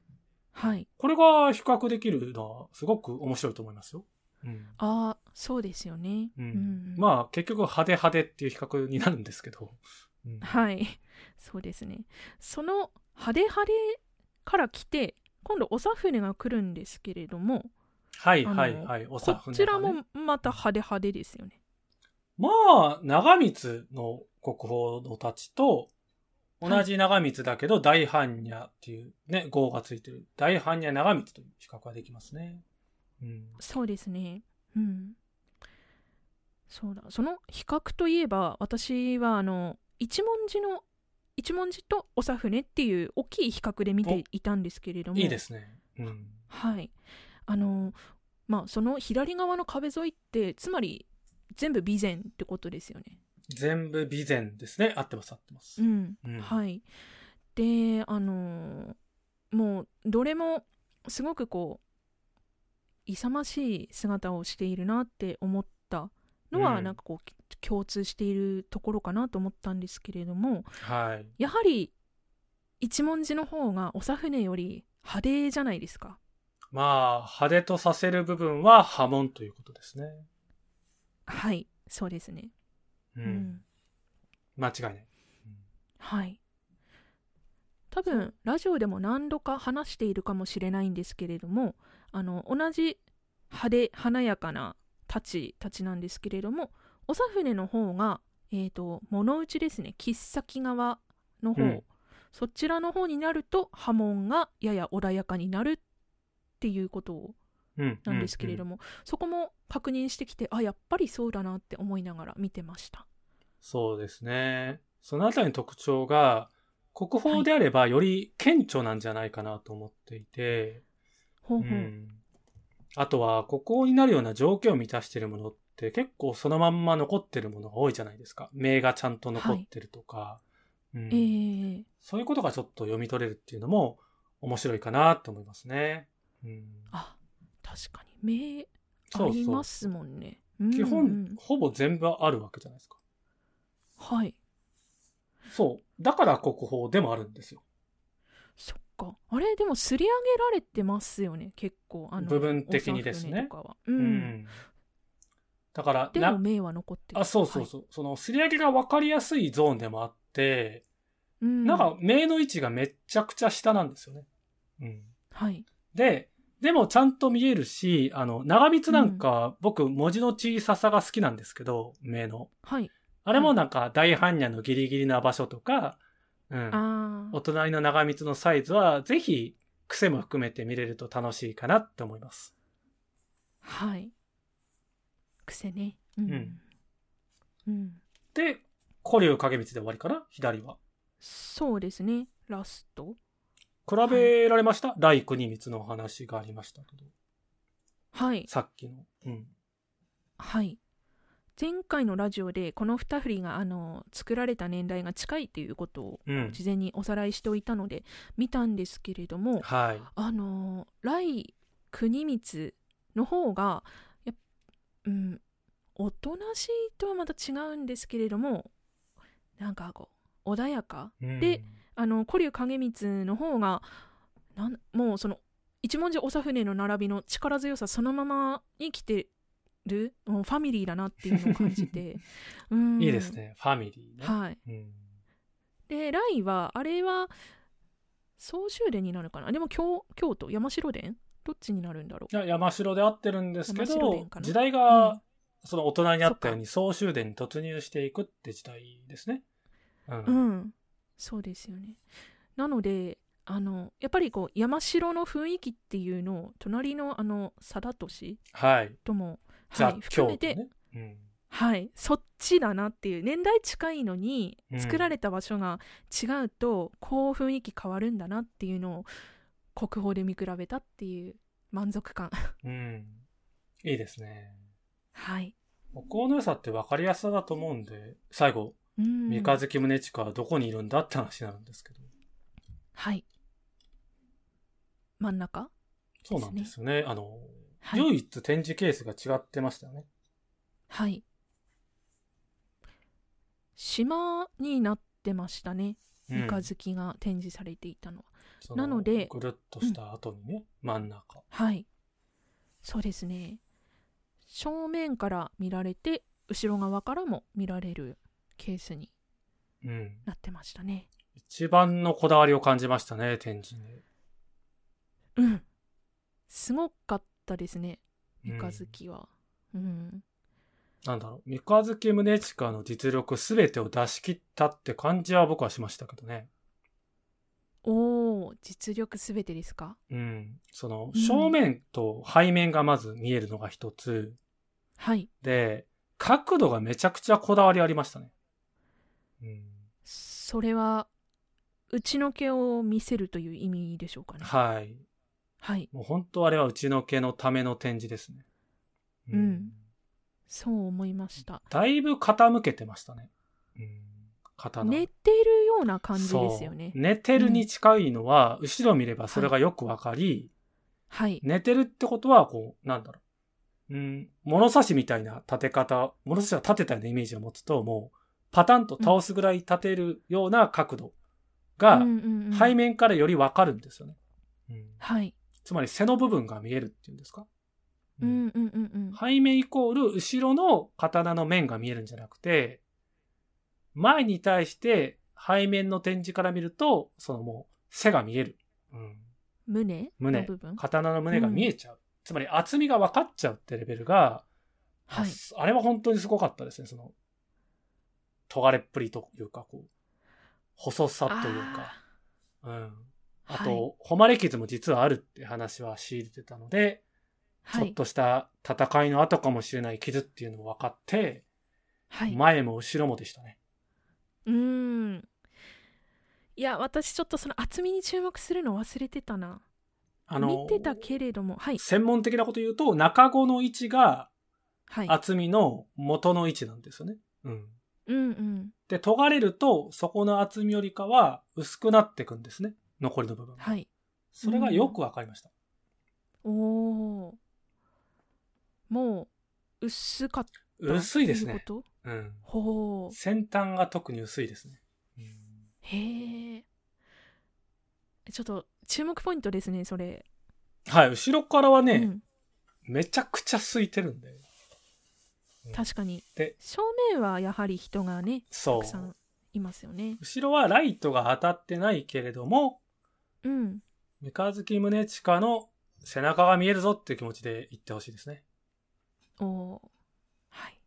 [SPEAKER 1] はい。
[SPEAKER 2] これが比較できるのはすごく面白いと思いますよ。うん。
[SPEAKER 1] ああ、そうですよね。
[SPEAKER 2] うん
[SPEAKER 1] うん、あ。
[SPEAKER 2] まあ、結局派手派手っていう比較になるんですけど。うん
[SPEAKER 1] はい。 そうですね。その派手派手から来て、今度おさふねが来るんですけれども、
[SPEAKER 2] はいはいはい。お
[SPEAKER 1] こ
[SPEAKER 2] さ
[SPEAKER 1] ちらもまた派手派手ですよね。
[SPEAKER 2] まあ、長光の国宝のたちと、同じ長光だけど大般若っていうね、号がついてる。大般若長光という比較ができますね。うん。
[SPEAKER 1] そうですね。うん。そうだ。その比較といえば、私はあの一文字の一文字とおさふねっていう大きい比較で見ていたんですけれども、
[SPEAKER 2] いいですね。うん。
[SPEAKER 1] はい。あのまあその左側の壁沿いってつまり全部備前ってことですよね。
[SPEAKER 2] 全部備前ですね。合ってます合ってます
[SPEAKER 1] う。ん。
[SPEAKER 2] うん
[SPEAKER 1] はい。で、あのもうどれもすごくこう勇ましい姿をしているなって思ったのは、
[SPEAKER 2] うん
[SPEAKER 1] なんかこうき共通しているところかなと思ったんですけれども
[SPEAKER 2] はい。
[SPEAKER 1] やはり一文字の方が長船より派手じゃないですか。
[SPEAKER 2] まあ、派手とさせる部分は波紋ということですね。
[SPEAKER 1] はいそうですね。
[SPEAKER 2] う。
[SPEAKER 1] うん
[SPEAKER 2] 間違いない。
[SPEAKER 1] はい。多分ラジオでも何度か話しているかもしれないんですけれどもあの同じ派手華やかなたちたちなんですけれども長船の方が、えー、と物打ちですね切っ先側の方、
[SPEAKER 2] うん
[SPEAKER 1] そちらの方になると波紋がやや穏やかになるっていうこと
[SPEAKER 2] うん。
[SPEAKER 1] なんですけれど
[SPEAKER 2] も。
[SPEAKER 1] も、そこも確認してきてあやっぱりそうだなって思いながら見てました。
[SPEAKER 2] そうですね。そのあたりの特徴が、国宝であればより顕著なんじゃないかなと思っていて、
[SPEAKER 1] ほう
[SPEAKER 2] う
[SPEAKER 1] ほう、
[SPEAKER 2] ん。あとは、国宝になるような条件を満たしているものって結構そのまんま残ってるものが多いじゃないですか。名がちゃんと残ってるとか。うん
[SPEAKER 1] えー
[SPEAKER 2] そういうことがちょっと読み取れるっていうのも面白いかなと思いますね。うん、
[SPEAKER 1] あ確かに名
[SPEAKER 2] そうそう
[SPEAKER 1] ありますもんね。うんうん
[SPEAKER 2] 基本、ほぼ全部あるわけじゃないですか。
[SPEAKER 1] はい
[SPEAKER 2] そう。だから国宝でもあるんですよ。
[SPEAKER 1] そっかあれでもすり上げられてますよね結構あの
[SPEAKER 2] 部分的にですね
[SPEAKER 1] お札船とかはうん、
[SPEAKER 2] うんだから、
[SPEAKER 1] で
[SPEAKER 2] な
[SPEAKER 1] も名は残ってる
[SPEAKER 2] あ、そうそうそう。その、すり上げが分かりやすいゾーンでもあって、
[SPEAKER 1] はいうん、
[SPEAKER 2] なんか、目の位置がめっちゃくちゃ下なんですよね。うん。
[SPEAKER 1] はい
[SPEAKER 2] で、でもちゃんと見えるし、あの、長光なんか、僕、文字の小ささが好きなんですけど、目の。
[SPEAKER 1] はい
[SPEAKER 2] あれもなんか大般若のギリギリな場所とか、うん。
[SPEAKER 1] あ
[SPEAKER 2] お
[SPEAKER 1] ー
[SPEAKER 2] 隣の長光のサイズは、ぜひ、癖も含めて見れると楽しいかなって思います。
[SPEAKER 1] はい癖ねうん、
[SPEAKER 2] うん
[SPEAKER 1] うん
[SPEAKER 2] で、古流影光で終わりかな左は。
[SPEAKER 1] そうですねラスト
[SPEAKER 2] 比べられました、来国光の話がありましたけど、
[SPEAKER 1] はい
[SPEAKER 2] さっきの。うん。
[SPEAKER 1] はい前回のラジオでこの2振りがあの作られた年代が近いということを
[SPEAKER 2] うん。
[SPEAKER 1] 事前におさらいしておいたので見たんですけれども
[SPEAKER 2] はい。
[SPEAKER 1] あの来国光の方がやっうんおとなしいとはまた違うんですけれどもなんかこう穏やか
[SPEAKER 2] うん
[SPEAKER 1] で、あの古流影光の方がなんもうその一文字長船の並びの力強さそのままに来てるもうファミリーだなっていうのを感じ てうん
[SPEAKER 2] いいですね。ファミリーね。
[SPEAKER 1] はい
[SPEAKER 2] うん。
[SPEAKER 1] でライはあれは総州殿になるかなでも京京都山城殿どっちになるんだろ
[SPEAKER 2] いや山城で合ってるんですけ
[SPEAKER 1] 山城
[SPEAKER 2] ど
[SPEAKER 1] 伝か、な
[SPEAKER 2] 時代
[SPEAKER 1] う
[SPEAKER 2] が
[SPEAKER 1] ん、
[SPEAKER 2] その大人にあったように、総集伝に突入していくって時代ですね。うん
[SPEAKER 1] ううんそうですよねなのであのやっぱりこう山城の雰囲気っていうのを隣のあの貞利
[SPEAKER 2] はい。
[SPEAKER 1] とも、は
[SPEAKER 2] ザ
[SPEAKER 1] い、・
[SPEAKER 2] 京
[SPEAKER 1] 含
[SPEAKER 2] 都
[SPEAKER 1] めて、
[SPEAKER 2] ね。うん
[SPEAKER 1] はいそっちだなっていう年代近いのに
[SPEAKER 2] うん
[SPEAKER 1] 作られた場所が違うと、こう雰囲気変わるんだなっていうのを国宝で見比べたっていう満足感
[SPEAKER 2] うん。いいですね。
[SPEAKER 1] はい、
[SPEAKER 2] お香の良さって分かりやすさだと思うんで、最後、
[SPEAKER 1] うん、
[SPEAKER 2] 三日月宗近はどこにいるんだって話になるんですけど。
[SPEAKER 1] はい。真ん中
[SPEAKER 2] そうなんですよね。あの、
[SPEAKER 1] はい
[SPEAKER 2] 唯一展示ケースが違ってましたよね。
[SPEAKER 1] はい。島になってましたね。
[SPEAKER 2] うん
[SPEAKER 1] 三日月が展示されていたのは。
[SPEAKER 2] そ
[SPEAKER 1] なので
[SPEAKER 2] ぐるっとした後にね、真ん中。
[SPEAKER 1] はい。そうですね。正面から見られて、後ろ側からも見られるケースに
[SPEAKER 2] うん。
[SPEAKER 1] なってましたね。
[SPEAKER 2] 一番のこだわりを感じましたね、展示に。
[SPEAKER 1] うん。すごかったですね。
[SPEAKER 2] うん
[SPEAKER 1] 三日月は。うん。
[SPEAKER 2] なんだろう、三日月宗近の実力すべてを出し切ったって感じは僕はしましたけどね。
[SPEAKER 1] おお、実力すべてですか
[SPEAKER 2] うん。その、
[SPEAKER 1] うん
[SPEAKER 2] 正面と背面がまず見えるのが一つ。
[SPEAKER 1] はい。
[SPEAKER 2] で、角度がめちゃくちゃこだわりありましたね。うん。
[SPEAKER 1] それは打ちのけを見せるという意味でしょうかね。
[SPEAKER 2] はい。
[SPEAKER 1] はい、
[SPEAKER 2] もう本当あれはうちの家のための展示ですね。
[SPEAKER 1] うんそう思いました。
[SPEAKER 2] だいぶ傾けてましたね。うん。刀。
[SPEAKER 1] 寝てるような感じですよね
[SPEAKER 2] そう。寝てるに近いのは、後ろ見ればそれがよくわかり、
[SPEAKER 1] はい。
[SPEAKER 2] 寝てるってことは、こう、なんだろう。うん、物差しみたいな立て方、物差しは立てたようなイメージを持つと、もう、パタンと倒すぐらい立てるような角度が、背
[SPEAKER 1] 背
[SPEAKER 2] 面からよりわかるんですよね。うん、
[SPEAKER 1] はい。
[SPEAKER 2] つまり背の部分が見えるっていうんですか。
[SPEAKER 1] う
[SPEAKER 2] うん
[SPEAKER 1] んうんうんうん。
[SPEAKER 2] 背面イコール後ろの刀の面が見えるんじゃなくて、前に対して背面の展示から見ると、そのもう背が見える。うん
[SPEAKER 1] 胸
[SPEAKER 2] 胸
[SPEAKER 1] の部分。
[SPEAKER 2] 刀の胸が見えちゃう。つまり厚みが分かっちゃうってレベルが、あ
[SPEAKER 1] はい。
[SPEAKER 2] あれは本当にすごかったですね。その、尖れっぷりというか、こう、細さというか。うん。
[SPEAKER 1] あー
[SPEAKER 2] あ
[SPEAKER 1] はい
[SPEAKER 2] と、誉れ傷も実はあるって話は仕入れてたので、
[SPEAKER 1] は
[SPEAKER 2] ちょっ
[SPEAKER 1] い。
[SPEAKER 2] とした戦いの後かもしれない傷っていうのを分かって、
[SPEAKER 1] はい。
[SPEAKER 2] 前も後ろもでしたね。
[SPEAKER 1] うーん。いや、私ちょっとその厚みに注目するの忘れてたな。
[SPEAKER 2] あの、
[SPEAKER 1] 見てたけれども、はい。
[SPEAKER 2] 専門的なこと言うと、中子の位置が
[SPEAKER 1] はい。
[SPEAKER 2] 厚みの元の位置なんですよね。うん。
[SPEAKER 1] うんうん。
[SPEAKER 2] で、尖れると、そこの厚みよりかは薄くなっていくんですね。残りの部分。
[SPEAKER 1] はい。
[SPEAKER 2] それがよくわかりました。
[SPEAKER 1] おお。もう、薄かった。
[SPEAKER 2] 薄いで
[SPEAKER 1] と
[SPEAKER 2] す
[SPEAKER 1] う
[SPEAKER 2] ね。
[SPEAKER 1] こと
[SPEAKER 2] うん。
[SPEAKER 1] ほう。
[SPEAKER 2] 先端が特に薄いですね。
[SPEAKER 1] へえ。ちょっと、注目ポイントですね、それ。
[SPEAKER 2] はい、後ろからはね、
[SPEAKER 1] うん、
[SPEAKER 2] めちゃくちゃ空いてるんで。
[SPEAKER 1] 確かに
[SPEAKER 2] で。
[SPEAKER 1] 正面はやはり人がね、
[SPEAKER 2] そ
[SPEAKER 1] たくさ
[SPEAKER 2] う。
[SPEAKER 1] んいますよね。
[SPEAKER 2] 後ろはライトが当たってないけれども、
[SPEAKER 1] うん。
[SPEAKER 2] 三日月宗近の背中が見えるぞっていう気持ちで行ってほしいですね。
[SPEAKER 1] おお。はい。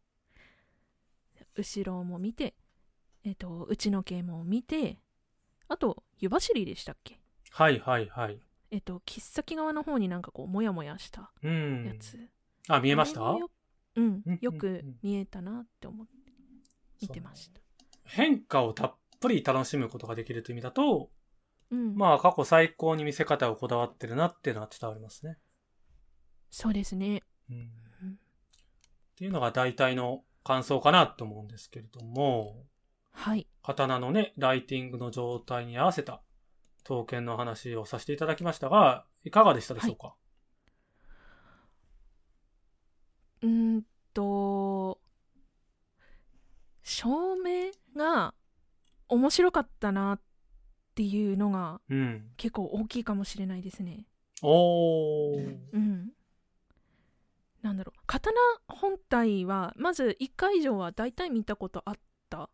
[SPEAKER 1] 後ろも見て、えっ、と、内の毛も見て、あと、湯走りでしたっけ
[SPEAKER 2] はいはいはい。
[SPEAKER 1] えっ、と、切っ先側の方になんかこう、もやもやした
[SPEAKER 2] う
[SPEAKER 1] や
[SPEAKER 2] ん。
[SPEAKER 1] つ。
[SPEAKER 2] あ、見えました
[SPEAKER 1] あれもようん
[SPEAKER 2] うん。
[SPEAKER 1] よ
[SPEAKER 2] うん
[SPEAKER 1] く
[SPEAKER 2] うん
[SPEAKER 1] 見えたなって思って、見てました。
[SPEAKER 2] 変化をたっぷり楽しむことができるという意味だと、
[SPEAKER 1] うん。
[SPEAKER 2] まあ過去最高に見せ方をこだわってるなっていうのは伝わりますね。
[SPEAKER 1] そうですね。
[SPEAKER 2] うん、
[SPEAKER 1] うん
[SPEAKER 2] っていうのが大体の感想かなと思うんですけれども、
[SPEAKER 1] はい。
[SPEAKER 2] 刀のね、ライティングの状態に合わせた刀剣の話をさせていただきましたが、いかがでしたでしょうか、
[SPEAKER 1] うーんと、照明が面白かったなっていうのが
[SPEAKER 2] うん。
[SPEAKER 1] 結構大きいかもしれないですね。
[SPEAKER 2] おー。
[SPEAKER 1] うん。なんだろう。刀本体は、まず1回以上は大体見たことあった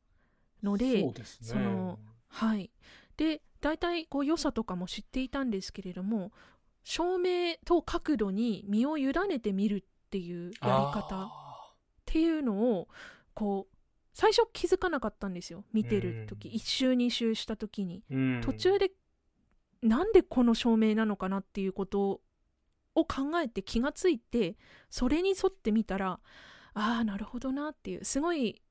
[SPEAKER 1] ので、
[SPEAKER 2] そうですね。
[SPEAKER 1] そのはい。で、大体こう良さとかも知っていたんですけれども、照明と角度に身を委ねてみるっていうやり方っ
[SPEAKER 2] あ
[SPEAKER 1] ていうのを、こう、最初気づかなかったんですよ。見てる時、
[SPEAKER 2] うん
[SPEAKER 1] 一周二周した時に。
[SPEAKER 2] ー。うん
[SPEAKER 1] 途中で、なんでこの照明なのかなっていうことを考えて気がついて、それに沿ってみたら、ああ、なるほどなっていう、すごい、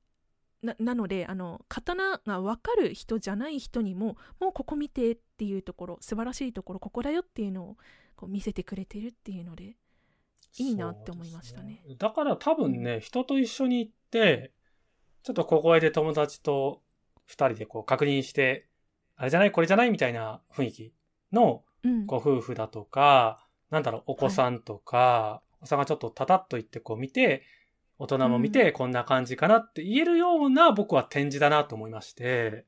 [SPEAKER 1] ななのであの刀が分かる人じゃない人にももうここ見てっていうところ素晴らしいところここだよっていうのをこう見せてくれてるっていうのでいいなって思いましたね
[SPEAKER 2] そうですだから多分ね、人と一緒に行って、ちょっと小声で友達と二人でこう確認して、あれじゃないこれじゃないみたいな雰囲気の
[SPEAKER 1] うん
[SPEAKER 2] ご夫婦だとか、なんだろう、お子さんとか、お子さんがちょっとタタッと行ってこう見て、大人も見て、こんな感じかなって言えるような僕は展示だなと思いまして、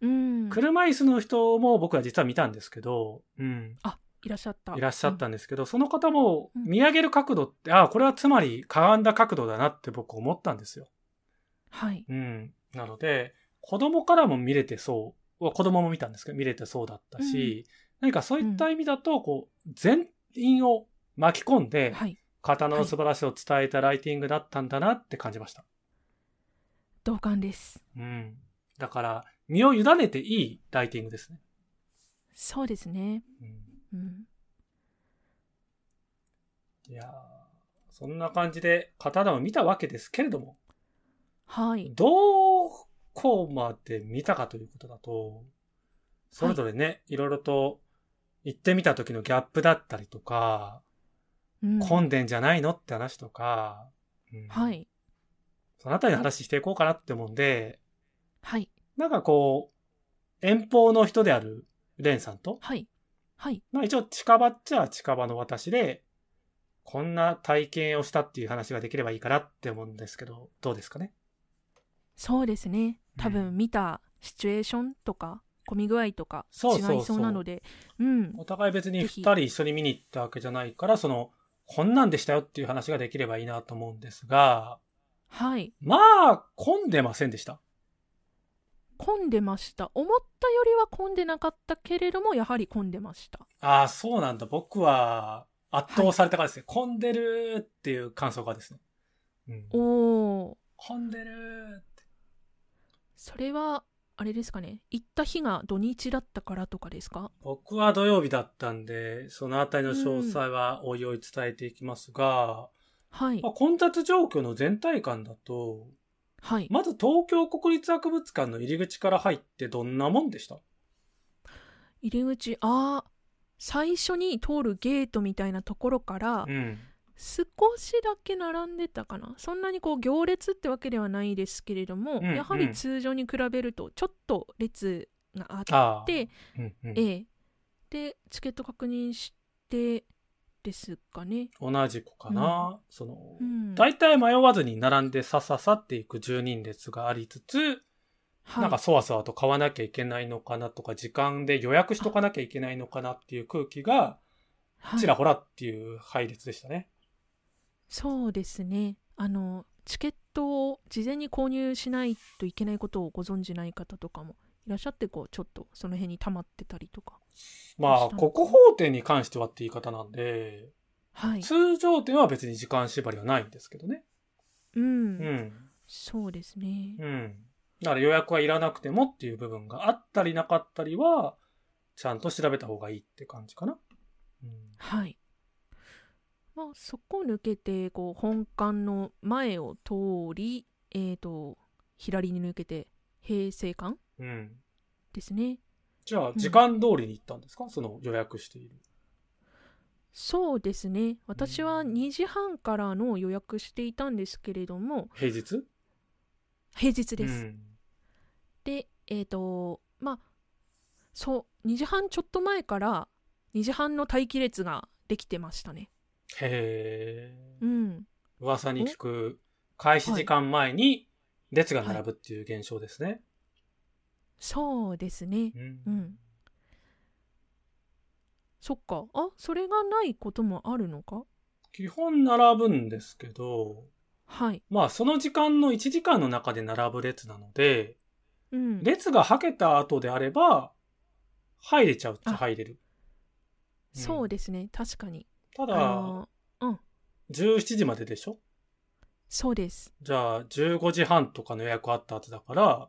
[SPEAKER 1] うん
[SPEAKER 2] 車椅子の人も僕は実は見たんですけど、うん。
[SPEAKER 1] いらっしゃった
[SPEAKER 2] いらっしゃったんですけど、その方も
[SPEAKER 1] うん
[SPEAKER 2] 見上げる角度って、ああ、これはつまりかがんだ角度だなって僕思ったんですよ。
[SPEAKER 1] うんはい
[SPEAKER 2] うん。なので、子供からも見れてそう、は子供も見たんですけど、見れてそうだったし、何かそういった意味だと、こう、全員を巻き込んで、
[SPEAKER 1] はい
[SPEAKER 2] 刀の素晴らしさを伝えたライティングだったんだなって感じました。
[SPEAKER 1] 同感です
[SPEAKER 2] うん。だから、身を委ねていいライティングですね。
[SPEAKER 1] そうですね
[SPEAKER 2] うん
[SPEAKER 1] うん
[SPEAKER 2] いやーそんな感じで刀を見たわけですけれども、
[SPEAKER 1] はい
[SPEAKER 2] どこまで見たかということだと、それぞれね、い、ろいろと行ってみた時のギャップだったりとか、
[SPEAKER 1] うん
[SPEAKER 2] 混んでんじゃないのって話とか、うん
[SPEAKER 1] はい
[SPEAKER 2] そのあたりの話していこうかなって思うんで、
[SPEAKER 1] はい
[SPEAKER 2] なんかこう、遠方の人であるレンさんと、
[SPEAKER 1] はいはい。
[SPEAKER 2] まあ一応近場っちゃ近場の私で、こんな体験をしたっていう話ができればいいかなって思うんですけど、どうですかね
[SPEAKER 1] そうですね。多
[SPEAKER 2] う
[SPEAKER 1] 分見たシチュエーションとか、混み具合とか
[SPEAKER 2] そうそうそう
[SPEAKER 1] 違いそうなので、うん。
[SPEAKER 2] お互い別に
[SPEAKER 1] ぜ
[SPEAKER 2] 二
[SPEAKER 1] ひ
[SPEAKER 2] 人一緒に見に行ったわけじゃないから、その、こんなんでしたよっていう話ができればいいなと思うんですが、
[SPEAKER 1] はい。
[SPEAKER 2] まあ、混んでませんでした。
[SPEAKER 1] 混んでました。思ったよりは混んでなかったけれども、やはり混んでました。
[SPEAKER 2] ああ、そうなんだ。僕は圧倒されたからですね。混んでるっていう感想がですね。うん、
[SPEAKER 1] おー。
[SPEAKER 2] 混んでる
[SPEAKER 1] それは、あれですかね。行った日が土日だったからとかですか
[SPEAKER 2] 僕は土曜日だったんで、そのあたりの詳細はおいおい伝えていきますが、
[SPEAKER 1] はい
[SPEAKER 2] ま。あ、混雑状況の全体感だと、
[SPEAKER 1] はい。
[SPEAKER 2] まず東京国立博物館の入り口から入ってどんなもんでした
[SPEAKER 1] 入り口、あー。最初に通るゲートみたいなところから、
[SPEAKER 2] うん。
[SPEAKER 1] 少しだけ並んでたかなそんなにこう行列ってわけではないですけれども、
[SPEAKER 2] うんうん
[SPEAKER 1] やはり通常に比べるとちょっと列があっ
[SPEAKER 2] ああ。
[SPEAKER 1] て、
[SPEAKER 2] うんうん
[SPEAKER 1] ええでチケット確認してですかね、
[SPEAKER 2] 同じ子かな、その、
[SPEAKER 1] うん、
[SPEAKER 2] 大体迷わずに並んでさささっていく10人列がありつつ、
[SPEAKER 1] はい
[SPEAKER 2] なんかそわそわと買わなきゃいけないのかなとか、時間で予約しとかなきゃいけないのかなっていう空気が、
[SPEAKER 1] はい
[SPEAKER 2] ちらほらっていう配列でしたね。
[SPEAKER 1] そうですねあのチケットを事前に購入しないといけないことをご存じない方とかもいらっしゃってこうちょっとその辺に溜まってたりとか
[SPEAKER 2] まあ、
[SPEAKER 1] どうした
[SPEAKER 2] 国
[SPEAKER 1] の
[SPEAKER 2] 宝展に関してはって言い方なんで、
[SPEAKER 1] はい
[SPEAKER 2] 通常展は別に時間縛りはないんですけどね。
[SPEAKER 1] うん、
[SPEAKER 2] うん。
[SPEAKER 1] そうですね、
[SPEAKER 2] うん。だから予約はいらなくてもっていう部分があったりなかったりは、ちゃんと調べた方がいいって感じかな。うん
[SPEAKER 1] はい。まあ、そこを抜けて、こう、本館の前を通り、えーと、左に抜けて、平成館
[SPEAKER 2] うん。
[SPEAKER 1] ですね。
[SPEAKER 2] じゃあ
[SPEAKER 1] ん、
[SPEAKER 2] 時間通りに行ったんですか、その予約している。
[SPEAKER 1] そうですね。私は2時半からの予約していたんですけれども、
[SPEAKER 2] 平日
[SPEAKER 1] 平日です。
[SPEAKER 2] うん。
[SPEAKER 1] で、えーと、まあ、そう、2時半ちょっと前から、2時半の待機列ができてましたね。
[SPEAKER 2] へえ。
[SPEAKER 1] うん。
[SPEAKER 2] 噂に聞く、開始時間前に列が並ぶっていう現象ですね。
[SPEAKER 1] そうですね。
[SPEAKER 2] うん
[SPEAKER 1] うんそっか。あ、それがないこともあるのか
[SPEAKER 2] 基本並ぶんですけど、
[SPEAKER 1] はい。
[SPEAKER 2] まあその時間の1時間の中で並ぶ列なので、
[SPEAKER 1] うん。
[SPEAKER 2] 列がはけた後であれば、入れちゃうっちゃ
[SPEAKER 1] あ
[SPEAKER 2] 入れる。
[SPEAKER 1] そうですね。確かに。
[SPEAKER 2] た
[SPEAKER 1] あ
[SPEAKER 2] だ、
[SPEAKER 1] のーうん。
[SPEAKER 2] 17時まででしょ
[SPEAKER 1] そうです。
[SPEAKER 2] じゃあ、15時半とかの予約あった後だから、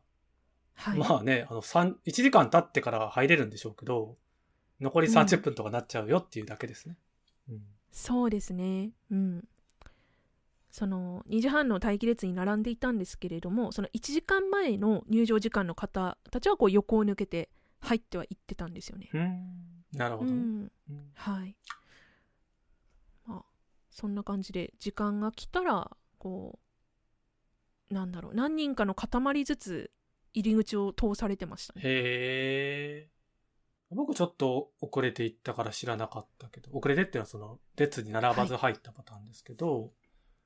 [SPEAKER 1] はい。
[SPEAKER 2] まあね、あの、三1時間経ってから入れるんでしょうけど、残り
[SPEAKER 1] うん
[SPEAKER 2] 30分とかなっちゃうよっていうだけですね。うん
[SPEAKER 1] そうですね。うん。その2時半の待機列に並んでいたんですけれどもその1時間前の入場時間の方たちはこう横を抜けて入ってはいってたんですよね。
[SPEAKER 2] うんなるほ
[SPEAKER 1] う
[SPEAKER 2] どね。
[SPEAKER 1] ん、
[SPEAKER 2] うん
[SPEAKER 1] はい。まあ、そんな感じで、時間が来たら、こう、なんだろう、何人かの塊ずつ入り口を通されてましたね。
[SPEAKER 2] へえ。僕ちょっと遅れていったから知らなかったけど、遅れてっていうのはその列に並ばず入ったパターンですけど、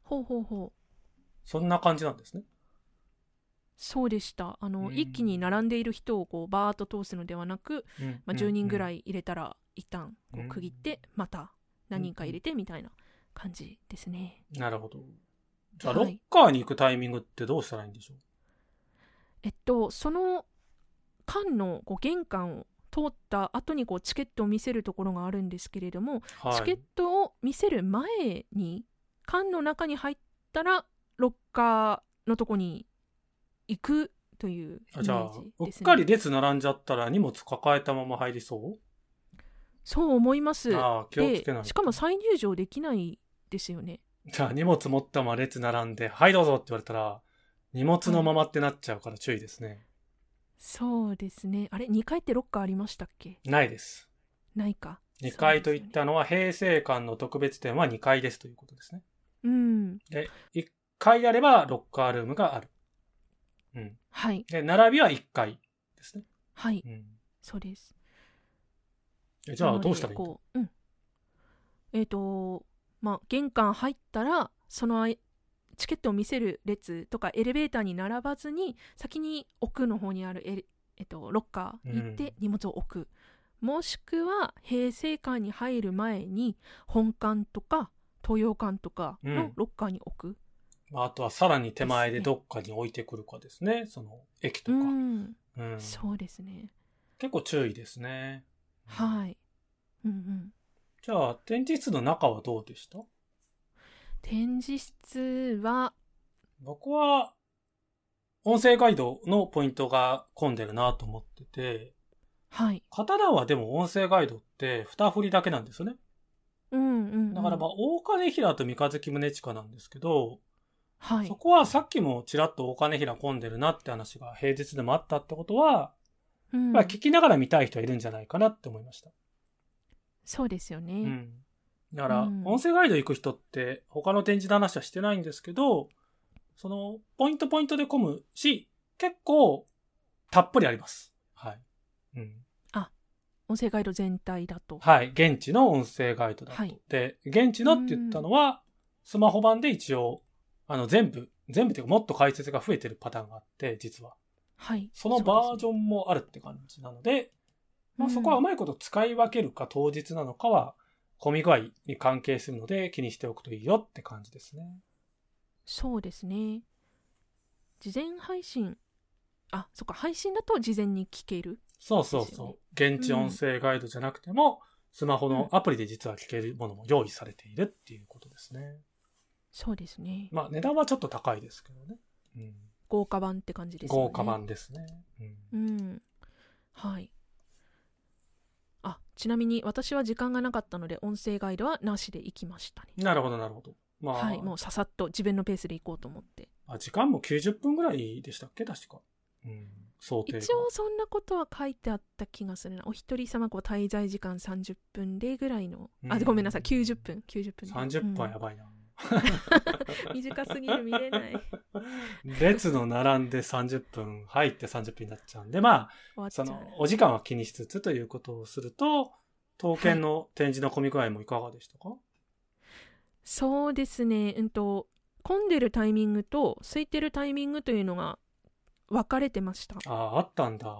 [SPEAKER 1] ほうほうほう。
[SPEAKER 2] そんな感じなんですね。
[SPEAKER 1] そうでした。あの、
[SPEAKER 2] うん
[SPEAKER 1] 一気に並んでいる人をこう、バーッと通すのではなく、まあ、10人ぐら
[SPEAKER 2] い。
[SPEAKER 1] い入れたら、一旦こ
[SPEAKER 2] うん
[SPEAKER 1] う区切って、また何人か入れてみたいな感じですね。
[SPEAKER 2] なるほど。じゃあ、
[SPEAKER 1] は
[SPEAKER 2] ロ
[SPEAKER 1] い
[SPEAKER 2] ッカーに行くタイミングってどうしたらいいんでしょう
[SPEAKER 1] えっと、その間のこう玄関を通った後にこうチケットを見せるところがあるんですけれども、
[SPEAKER 2] はい。
[SPEAKER 1] チケットを見せる前に缶の中に入ったらロッカーのとこに行くというイメ
[SPEAKER 2] あじゃあ
[SPEAKER 1] ージ、
[SPEAKER 2] う
[SPEAKER 1] で
[SPEAKER 2] っ
[SPEAKER 1] すね。
[SPEAKER 2] かり列並んじゃったら荷物抱えたまま入りそ
[SPEAKER 1] そう思います。
[SPEAKER 2] うああ、気をつけないと。
[SPEAKER 1] でしかも再入場できないですよね。
[SPEAKER 2] じゃあ荷物持ったまま列並んで、はいどうぞって言われたら、荷物のままってなっちゃうから注意ですね。
[SPEAKER 1] そうですね。あれ2階ってロッカーありましたっけ
[SPEAKER 2] ないです。
[SPEAKER 1] ないか。
[SPEAKER 2] 2階といっ
[SPEAKER 1] そうですよね
[SPEAKER 2] たのは、平成館の特別展は2階ですということですね。
[SPEAKER 1] うん。
[SPEAKER 2] 1階であればロッカールームがある。うん。
[SPEAKER 1] はい。
[SPEAKER 2] で、並びは1階ですね。
[SPEAKER 1] はい。
[SPEAKER 2] うん。
[SPEAKER 1] そうです。
[SPEAKER 2] えじゃ
[SPEAKER 1] な
[SPEAKER 2] あ
[SPEAKER 1] ので
[SPEAKER 2] どうしたらいいんだ
[SPEAKER 1] こう、うん、えっ、とまあ玄関入ったらそのあいチケットを見せる列とかエレベーターに並ばずに先に奥の方にあるエレ、えっとロッカーに行っ
[SPEAKER 2] うん
[SPEAKER 1] て荷物を置く、もしくは平成館に入る前に本館とか東洋館とか
[SPEAKER 2] う
[SPEAKER 1] の
[SPEAKER 2] ん
[SPEAKER 1] ロッカーに置く、
[SPEAKER 2] まああとはさらに手前でどっかに置いてくるかですね。その駅と
[SPEAKER 1] う
[SPEAKER 2] か。
[SPEAKER 1] ん
[SPEAKER 2] うん
[SPEAKER 1] そうですね
[SPEAKER 2] 結構注意ですね。
[SPEAKER 1] はい、うんうん、
[SPEAKER 2] じゃあ、展示室の中はどうでした
[SPEAKER 1] 展示室は
[SPEAKER 2] 僕は、音声ガイドのポイントが混んでるなと思ってて、
[SPEAKER 1] はい
[SPEAKER 2] 刀はでも音声ガイドって二振りだけなんですよね。
[SPEAKER 1] うんうん、うん、
[SPEAKER 2] だからまあ、大金平と三日月宗近なんですけど、
[SPEAKER 1] はい
[SPEAKER 2] そこはさっきもちらっと大金平混んでるなって話が平日でもあったってことは、
[SPEAKER 1] うん
[SPEAKER 2] まあ聞きながら見たい人はいるんじゃないかなって思いました。
[SPEAKER 1] そうですよ
[SPEAKER 2] う
[SPEAKER 1] ね。
[SPEAKER 2] ん。だから、
[SPEAKER 1] うん
[SPEAKER 2] 音声ガイド行く人って、他の展示の話はしてないんですけど、その、ポイントポイントで混むし、結構、たっぷりあります。はい。うん。
[SPEAKER 1] 音声ガイド全体だと。
[SPEAKER 2] はい。現地の音声ガイドだと。
[SPEAKER 1] はい
[SPEAKER 2] で、現地のって言ったのは、スマホ版で一応、あの、全部、全部というか、もっと解説が増えてるパターンがあって、実は。
[SPEAKER 1] はい。
[SPEAKER 2] そのバージ
[SPEAKER 1] ョン、
[SPEAKER 2] ョンもあるって感じなので、まあ、
[SPEAKER 1] うん
[SPEAKER 2] そこはうまいこと使い分けるか当日なのかは、混み具合に関係するので気にしておくといいよって感じですね。
[SPEAKER 1] そうですね。事前配信。あ、そっか、配信だと事前に聞ける。
[SPEAKER 2] そうそう
[SPEAKER 1] ですよね
[SPEAKER 2] そう。現地音声ガイドじゃなくても、スマホのアプリで実は聞けるものも用意されているっていうことですね。
[SPEAKER 1] そうですね。
[SPEAKER 2] まあ値段はちょっと高いですけどね。うん、
[SPEAKER 1] 豪華版って感じですよね。
[SPEAKER 2] 豪華。版ですね。うん
[SPEAKER 1] うん。はい。あ、ちなみに私は時間がなかったので、音声ガイドはなしで行きましたね。
[SPEAKER 2] なるほどなるほど。まあ、
[SPEAKER 1] はい。もうささっと自分のペースで行こうと思って。
[SPEAKER 2] あ時間も90分ぐらいでしたっけ確か。うん、想定が
[SPEAKER 1] 一応そんなことは書いてあった気がするなお一人様こう滞在時間30分でぐらいの、あ
[SPEAKER 2] うん
[SPEAKER 1] ごめんなさい90分90分で
[SPEAKER 2] 30分は
[SPEAKER 1] う
[SPEAKER 2] や
[SPEAKER 1] ん
[SPEAKER 2] ばいな。
[SPEAKER 1] 短すぎる見れない
[SPEAKER 2] 列の並んで30分入って30分になっちゃうんで、ま
[SPEAKER 1] 終わっ
[SPEAKER 2] あ、
[SPEAKER 1] ちゃ
[SPEAKER 2] そう
[SPEAKER 1] な
[SPEAKER 2] の、お時間は気にしつつということをすると、刀剣の展示の混み具合もいかがでしたか、
[SPEAKER 1] そうですねうんと混んでるタイミングと空いてるタイミングというのが分かれてました
[SPEAKER 2] ああ、あったんだ。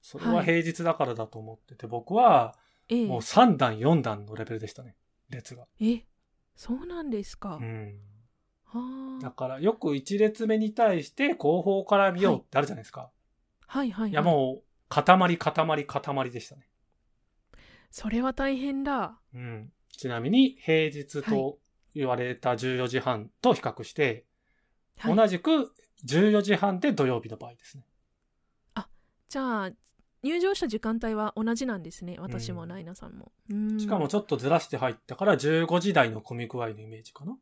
[SPEAKER 2] それ
[SPEAKER 1] は
[SPEAKER 2] はい平日だからだと思ってて、僕は
[SPEAKER 1] え
[SPEAKER 2] もう3段、4段のレベルでしたね。列が。
[SPEAKER 1] ええそうなんですか、
[SPEAKER 2] うん。
[SPEAKER 1] は
[SPEAKER 2] だ
[SPEAKER 1] あ
[SPEAKER 2] からよく1列目に対して後方から見ようってあるじゃないですか。
[SPEAKER 1] はいはい、はい、
[SPEAKER 2] いや、もう、塊、塊、塊でしたね。
[SPEAKER 1] それは大変だ
[SPEAKER 2] うん。ちなみに、平日と言われた14時半と比較して、
[SPEAKER 1] はい
[SPEAKER 2] 同じく14時半で土曜日の場合ですね。
[SPEAKER 1] じゃあ入場した時間帯は同じなんですね私もナイナさんも、うん
[SPEAKER 2] しかもちょっとずらして入ったから15時台の混み具合のイメージかな。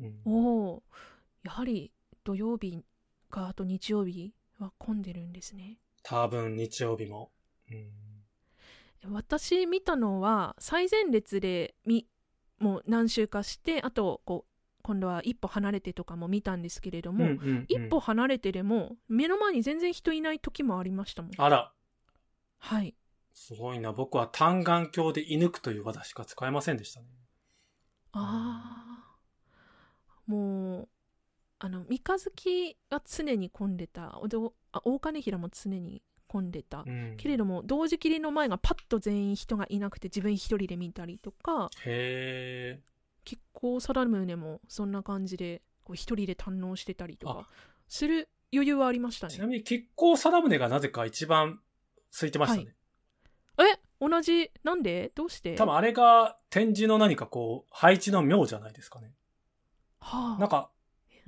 [SPEAKER 2] うん、
[SPEAKER 1] おおやはり土曜日かあと日曜日は混んでるんですね
[SPEAKER 2] 多分日曜日も。うん、
[SPEAKER 1] 私見たのは最前列でみもう何周かしてあとこう今度は一歩離れてとかも見たんですけれども、
[SPEAKER 2] んんん
[SPEAKER 1] 一歩離れてでも目の前に全然人いない時もありましたもん
[SPEAKER 2] あら、
[SPEAKER 1] はい
[SPEAKER 2] すごいな。僕は単眼鏡で射抜くという技しか使えませんでしたね。
[SPEAKER 1] あーもうあの三日月は常に混んでたおどあ大金平も常に混んでた
[SPEAKER 2] うん、
[SPEAKER 1] けれども同時切りの前がパッと全員人がいなくて自分一人で見たりとか
[SPEAKER 2] へえ。
[SPEAKER 1] 結構サラムーネもそんな感じでこう一人で堪能してたりとかする余裕はありました
[SPEAKER 2] ちな
[SPEAKER 1] ね
[SPEAKER 2] みに、亀甲定宗がなぜか一番空いてましたね。
[SPEAKER 1] はえ同じなんでどうして
[SPEAKER 2] 多分あれが展示の何かこう、配置の妙じゃないですかね。
[SPEAKER 1] はあ
[SPEAKER 2] なんか、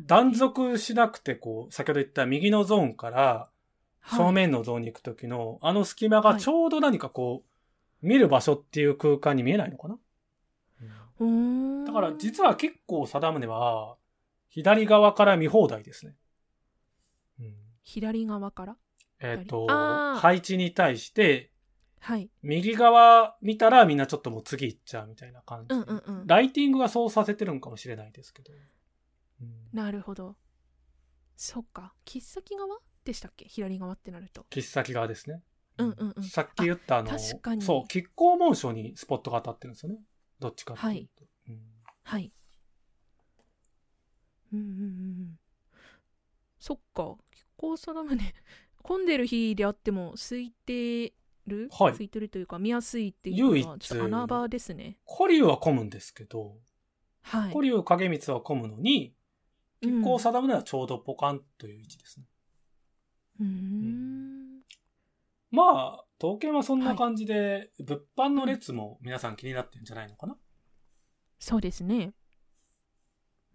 [SPEAKER 2] 断続しなくて、こう、先ほど言った右のゾーンから
[SPEAKER 1] はい
[SPEAKER 2] 正面のゾーンに行くときの、あの隙間がちょうど何かこう、見る場所っていう空間に見えないのかな、
[SPEAKER 1] うーん
[SPEAKER 2] だから実は結構定宗は、左側から見放題ですね。うん
[SPEAKER 1] 左側から
[SPEAKER 2] えっ、と
[SPEAKER 1] あー、
[SPEAKER 2] 配置に対して、
[SPEAKER 1] はい
[SPEAKER 2] 右側見たらみんなちょっともう次行っちゃうみたいな感じ。
[SPEAKER 1] うんうんうん
[SPEAKER 2] ライティングがそうさせてるんかもしれないですけど。うん
[SPEAKER 1] なるほどそっか切っ先側でしたっけ左側ってなると
[SPEAKER 2] 切っ先側ですね。
[SPEAKER 1] うんうんうん。
[SPEAKER 2] さっき言ったあの、
[SPEAKER 1] 確かに
[SPEAKER 2] そう、亀甲紋章にスポットが当たってるんですよね。どっちかっていうと。うん
[SPEAKER 1] はい。うんうんうんうん。そっか、結構そのね、混んでる 日であっても空いてる、
[SPEAKER 2] はい
[SPEAKER 1] 空いてるというか見やすいっていうのは
[SPEAKER 2] 唯一
[SPEAKER 1] ちょっと穴場ですね。
[SPEAKER 2] 古竜は混むんですけど、
[SPEAKER 1] はい。
[SPEAKER 2] 古竜影光は混むのに、亀甲を定めならちょうどポカンという位置ですね。
[SPEAKER 1] うん。うーん
[SPEAKER 2] まあ、刀剣はそんな感じで、物販の列も皆さん気になってるんじゃないのかな、
[SPEAKER 1] そうですね。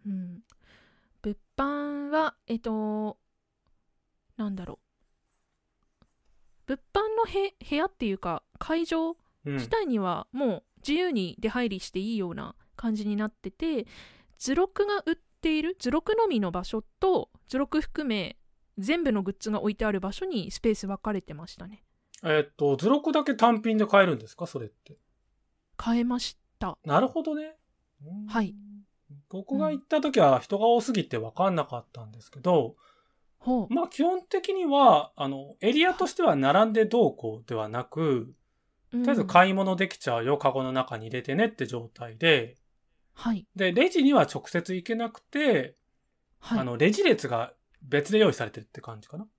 [SPEAKER 1] うん。物販は、えっと、なんだろう。物販のへ部屋っていうか、会場
[SPEAKER 2] うん、
[SPEAKER 1] 自体にはもう自由に出入りしていいような感じになってて図録が売っている図録のみの場所と図録含め全部のグッズが置いてある場所にスペース分かれてましたね
[SPEAKER 2] えっと、図録だけ単品で買えるんですかそれって。
[SPEAKER 1] 買えました
[SPEAKER 2] なるほどね。うん
[SPEAKER 1] はい。
[SPEAKER 2] 僕が行った時は人が多すぎて分かんなかったんですけど、
[SPEAKER 1] ほう
[SPEAKER 2] まあ基本的には、あの、エリアとしては並んでどうこうではなく、
[SPEAKER 1] と
[SPEAKER 2] とりあえず買い物できちゃうよ、カゴの中に入れてねって状態で、
[SPEAKER 1] はい
[SPEAKER 2] で、レジには直接行けなくて、
[SPEAKER 1] はい
[SPEAKER 2] あ
[SPEAKER 1] あ
[SPEAKER 2] の、レジ列が別で用意されてるって感じかな。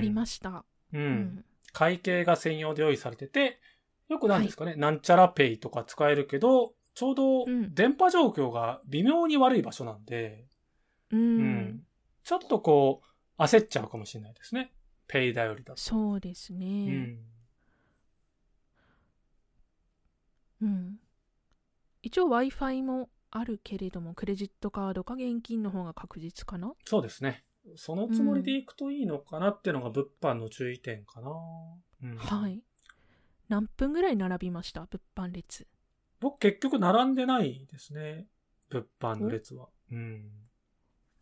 [SPEAKER 1] りました、
[SPEAKER 2] うん。
[SPEAKER 1] うん
[SPEAKER 2] 会計が専用で用意されてて、よくなんですかね、なんちゃらペイとか使えるけど、ちょうど
[SPEAKER 1] うん
[SPEAKER 2] 電波状況が微妙に悪い場所なんで、
[SPEAKER 1] う
[SPEAKER 2] うんちょっとこう、焦っちゃうかもしれないですね。ペイ頼りだと。
[SPEAKER 1] そうです
[SPEAKER 2] う
[SPEAKER 1] ね
[SPEAKER 2] ん。
[SPEAKER 1] うん、一応 w i f i もあるけれどもクレジットカードか現金の方が確実かな
[SPEAKER 2] そうですね。そのつもりで行くといいのかなっていうのが物販の注意点かな。うん
[SPEAKER 1] はい。何分ぐらい並びました物販列。
[SPEAKER 2] 僕結局並んでないですね。物販の列は。うん。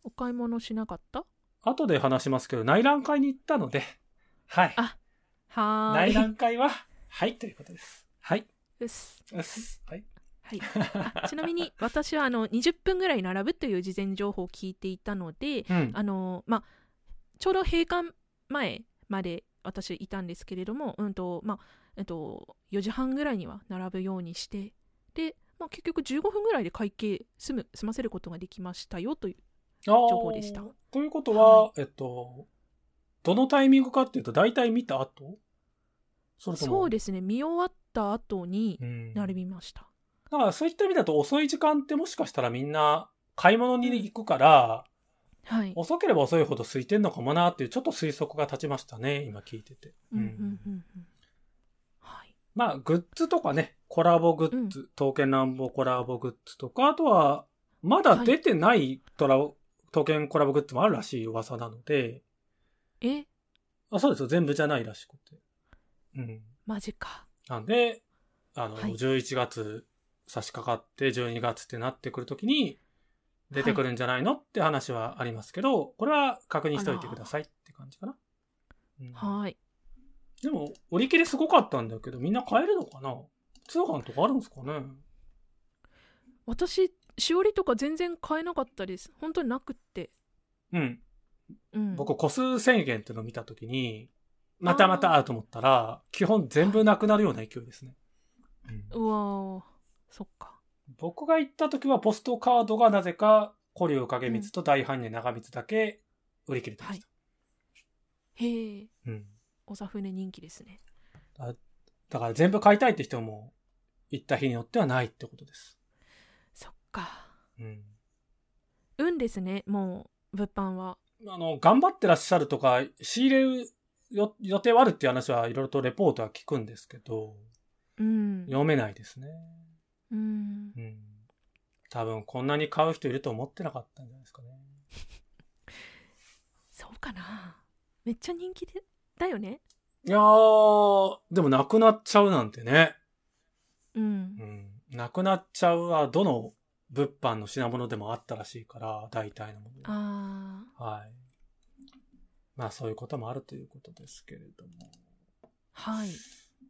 [SPEAKER 1] お買い物しなかった
[SPEAKER 2] 後で話しますけど、内覧会に行ったので、はい。
[SPEAKER 1] あはー
[SPEAKER 2] 内
[SPEAKER 1] い。
[SPEAKER 2] 覧会は、はい、ということです。はい。
[SPEAKER 1] うっす
[SPEAKER 2] うっすはい。
[SPEAKER 1] はい。 あちなみに私はあの20分ぐらい並ぶという事前情報を聞いていたので、
[SPEAKER 2] うん。
[SPEAKER 1] あのまあちょうど閉館前まで私いたんですけれども、うんとまあえっと4時半ぐらいには並ぶようにして、でまあ結局15分ぐらいで会計済む済ませることができましたよという。
[SPEAKER 2] 情
[SPEAKER 1] 報でした
[SPEAKER 2] ということは、
[SPEAKER 1] は
[SPEAKER 2] えっと、どのタイミングかっていうと、大体見た後それとも。
[SPEAKER 1] そうですね。見終わった後に
[SPEAKER 2] うん。
[SPEAKER 1] 並びました。
[SPEAKER 2] だからそういった意味だと遅い時間ってもしかしたらみんな買い物に行くから、
[SPEAKER 1] はい。
[SPEAKER 2] 遅ければ遅いほど空いてんのかもなっていうちょっと推測が立ちましたね、今聞いてて。
[SPEAKER 1] うんうんうんうんはい。
[SPEAKER 2] まあ、グッズとかね、コラボグッズ、刀剣乱暴コラボグッズとか、あとは、まだ出てないトラ、刀剣コラボグッズもあるらしい噂なので、
[SPEAKER 1] え、
[SPEAKER 2] あそうですよ、全部じゃないらしくて。うん。
[SPEAKER 1] マジか。
[SPEAKER 2] なんで、あの、
[SPEAKER 1] はい
[SPEAKER 2] 11月差し掛かって12月ってなってくるときに出てくるんじゃないのって話はありますけど、これは確認しておいてくださいって感じかな。うん
[SPEAKER 1] はい。
[SPEAKER 2] でも、売り切れすごかったんだけど、みんな買えるのかな通販とかあるんですかね
[SPEAKER 1] 私、しおりとか全然買えなかったです。本当になくって。
[SPEAKER 2] うん。
[SPEAKER 1] うん。
[SPEAKER 2] 僕、個数制限っていうのを見たときに、またまたと思ったら、基本全部なくなるような勢いですね。うん
[SPEAKER 1] うわーそっか。
[SPEAKER 2] 僕が行った時はポストカードがなぜか、古竜影光と大般若長光だけ売り切れてました。
[SPEAKER 1] へえ、
[SPEAKER 2] うん。
[SPEAKER 1] おさふね人気ですね。
[SPEAKER 2] だから全部買いたいって人も、行った日によってはないってことです。
[SPEAKER 1] そっか。
[SPEAKER 2] うん。
[SPEAKER 1] 運ですね、もう、物販は。
[SPEAKER 2] あの、頑張ってらっしゃるとか、仕入れるよ予定はあるっていう話はいろいろとレポートは聞くんですけど、
[SPEAKER 1] うん。
[SPEAKER 2] 読めないですね。
[SPEAKER 1] うん
[SPEAKER 2] う。ん。多分こんなに買う人いると思ってなかったんじゃないですかね。
[SPEAKER 1] そうかな。めっちゃ人気で、だよね。
[SPEAKER 2] いやー、でもなくなっちゃうなんてね。
[SPEAKER 1] うん
[SPEAKER 2] う。ん。なくなっちゃうは、どの物販の品物でもあったらしいから、大体のもの。
[SPEAKER 1] あ
[SPEAKER 2] はい。まあそういうこともあるということですけれども。
[SPEAKER 1] あ、はい。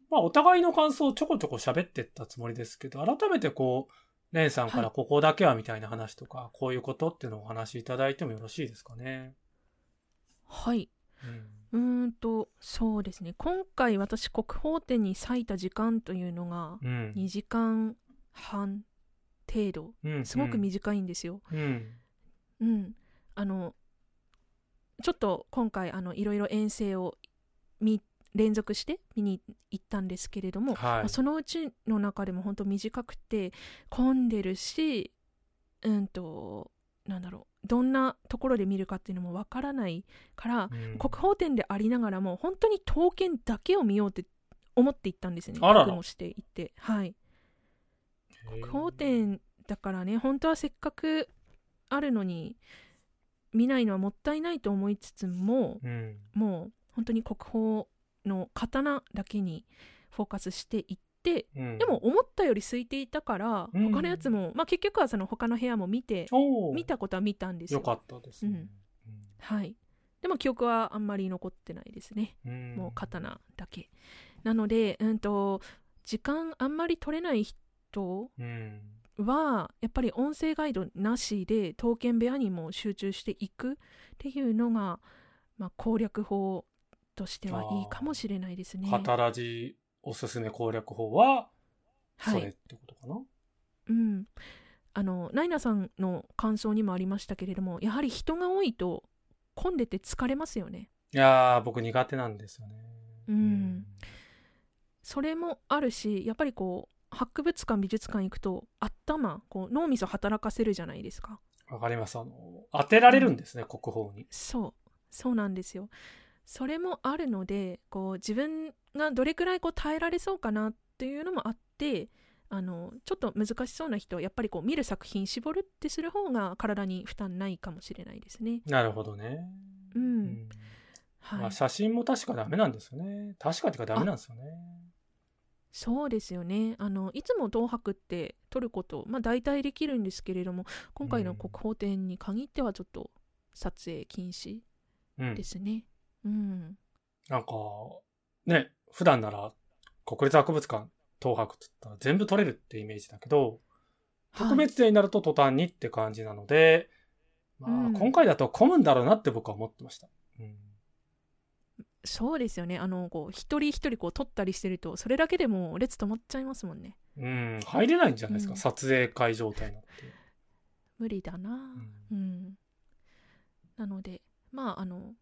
[SPEAKER 2] まあお互いの感想をちょこちょこ喋ってったつもりですけど、改めてこう、レンさんから
[SPEAKER 1] は
[SPEAKER 2] ここだけはみたいな話とか、こういうことっていうのをお話しいただいてもよろしいですかね。
[SPEAKER 1] はい。
[SPEAKER 2] うん
[SPEAKER 1] うーんとそうですね今回私国宝展に割いた時間というのが
[SPEAKER 2] うん。
[SPEAKER 1] 2時間半程度
[SPEAKER 2] うん
[SPEAKER 1] すごく短いんですよ。
[SPEAKER 2] うん。
[SPEAKER 1] うん、あのちょっと今回あのいろいろ遠征を見連続して見に行ったんですけれども、ま
[SPEAKER 2] は
[SPEAKER 1] あ
[SPEAKER 2] い。
[SPEAKER 1] そのうちの中でも本当短くて混んでるしうんとなんだろうどんなところで見るかっていうのもわからないから、
[SPEAKER 2] うん
[SPEAKER 1] 国宝展でありながらも本当に刀剣だけを見ようって思って行ったんですね
[SPEAKER 2] あらら
[SPEAKER 1] 覚悟して行ってはい国宝展だからね本当はせっかくあるのに見ないのはもったいないと思いつつも
[SPEAKER 2] うん。
[SPEAKER 1] もう本当に国宝の刀だけにフォーカスしていって
[SPEAKER 2] うん
[SPEAKER 1] でも、思ったより空いていたから、
[SPEAKER 2] うん
[SPEAKER 1] 他のやつも、まあ、結局はその他の部屋も見て
[SPEAKER 2] おー
[SPEAKER 1] 見たことは見たんですよ
[SPEAKER 2] よかったですね。
[SPEAKER 1] はい、でも記憶はあんまり残ってないですね
[SPEAKER 2] うん
[SPEAKER 1] もう。刀だけ、なので、うん、と時間あんまり取れない人
[SPEAKER 2] うん。
[SPEAKER 1] はやっぱり音声ガイドなしで刀剣部屋にも集中していくっていうのが、まあ、攻略法としてはいいかもしれないですね。
[SPEAKER 2] 働きおすすめ攻略法は、
[SPEAKER 1] は
[SPEAKER 2] それっ
[SPEAKER 1] い
[SPEAKER 2] てことかな
[SPEAKER 1] うん、あのナイナさんの感想にもありましたけれどもやはり人が多いと混んでて疲れますよね。
[SPEAKER 2] いやー、僕苦手なんですよね。
[SPEAKER 1] うんそれもあるしやっぱりこう博物館美術館行くと頭こう脳みそ働かせるじゃないですか。
[SPEAKER 2] わ、かります。あの、当てられるんですね、国宝に。
[SPEAKER 1] そうそうなんですよそれもあるのでこう自分がどれくらいこう耐えられそうかなっていうのもあってあのちょっと難しそうな人はやっぱりこう見る作品絞るってする方が体に負担ないかもしれないですね。
[SPEAKER 2] なるほどね。
[SPEAKER 1] うん
[SPEAKER 2] うま
[SPEAKER 1] は
[SPEAKER 2] あ、
[SPEAKER 1] い、
[SPEAKER 2] 写真も確かダメなんですよね。確かっていうかダメなんですよね。
[SPEAKER 1] そうですよねあのいつも東博って撮ること、まあ、大体できるんですけれども今回の国宝展に限ってはちょっと撮影禁止
[SPEAKER 2] うん
[SPEAKER 1] で。すね。うん、
[SPEAKER 2] なんか、ね、普段なら国立博物館、東博って言ったら全部取れるってイメージだけど、特別展になると途端にって感じなので、まあ、
[SPEAKER 1] うん
[SPEAKER 2] 今回だと混むんだろうなって僕は思ってました。うん。
[SPEAKER 1] そうですよねあのこう一人一人こう撮ったりしてるとそれだけでもう列止まっちゃいますもんね
[SPEAKER 2] うん、入れないんじゃないですか、
[SPEAKER 1] うん
[SPEAKER 2] 撮影会状態なんて。
[SPEAKER 1] 無理だな
[SPEAKER 2] う
[SPEAKER 1] うん、なのでまああの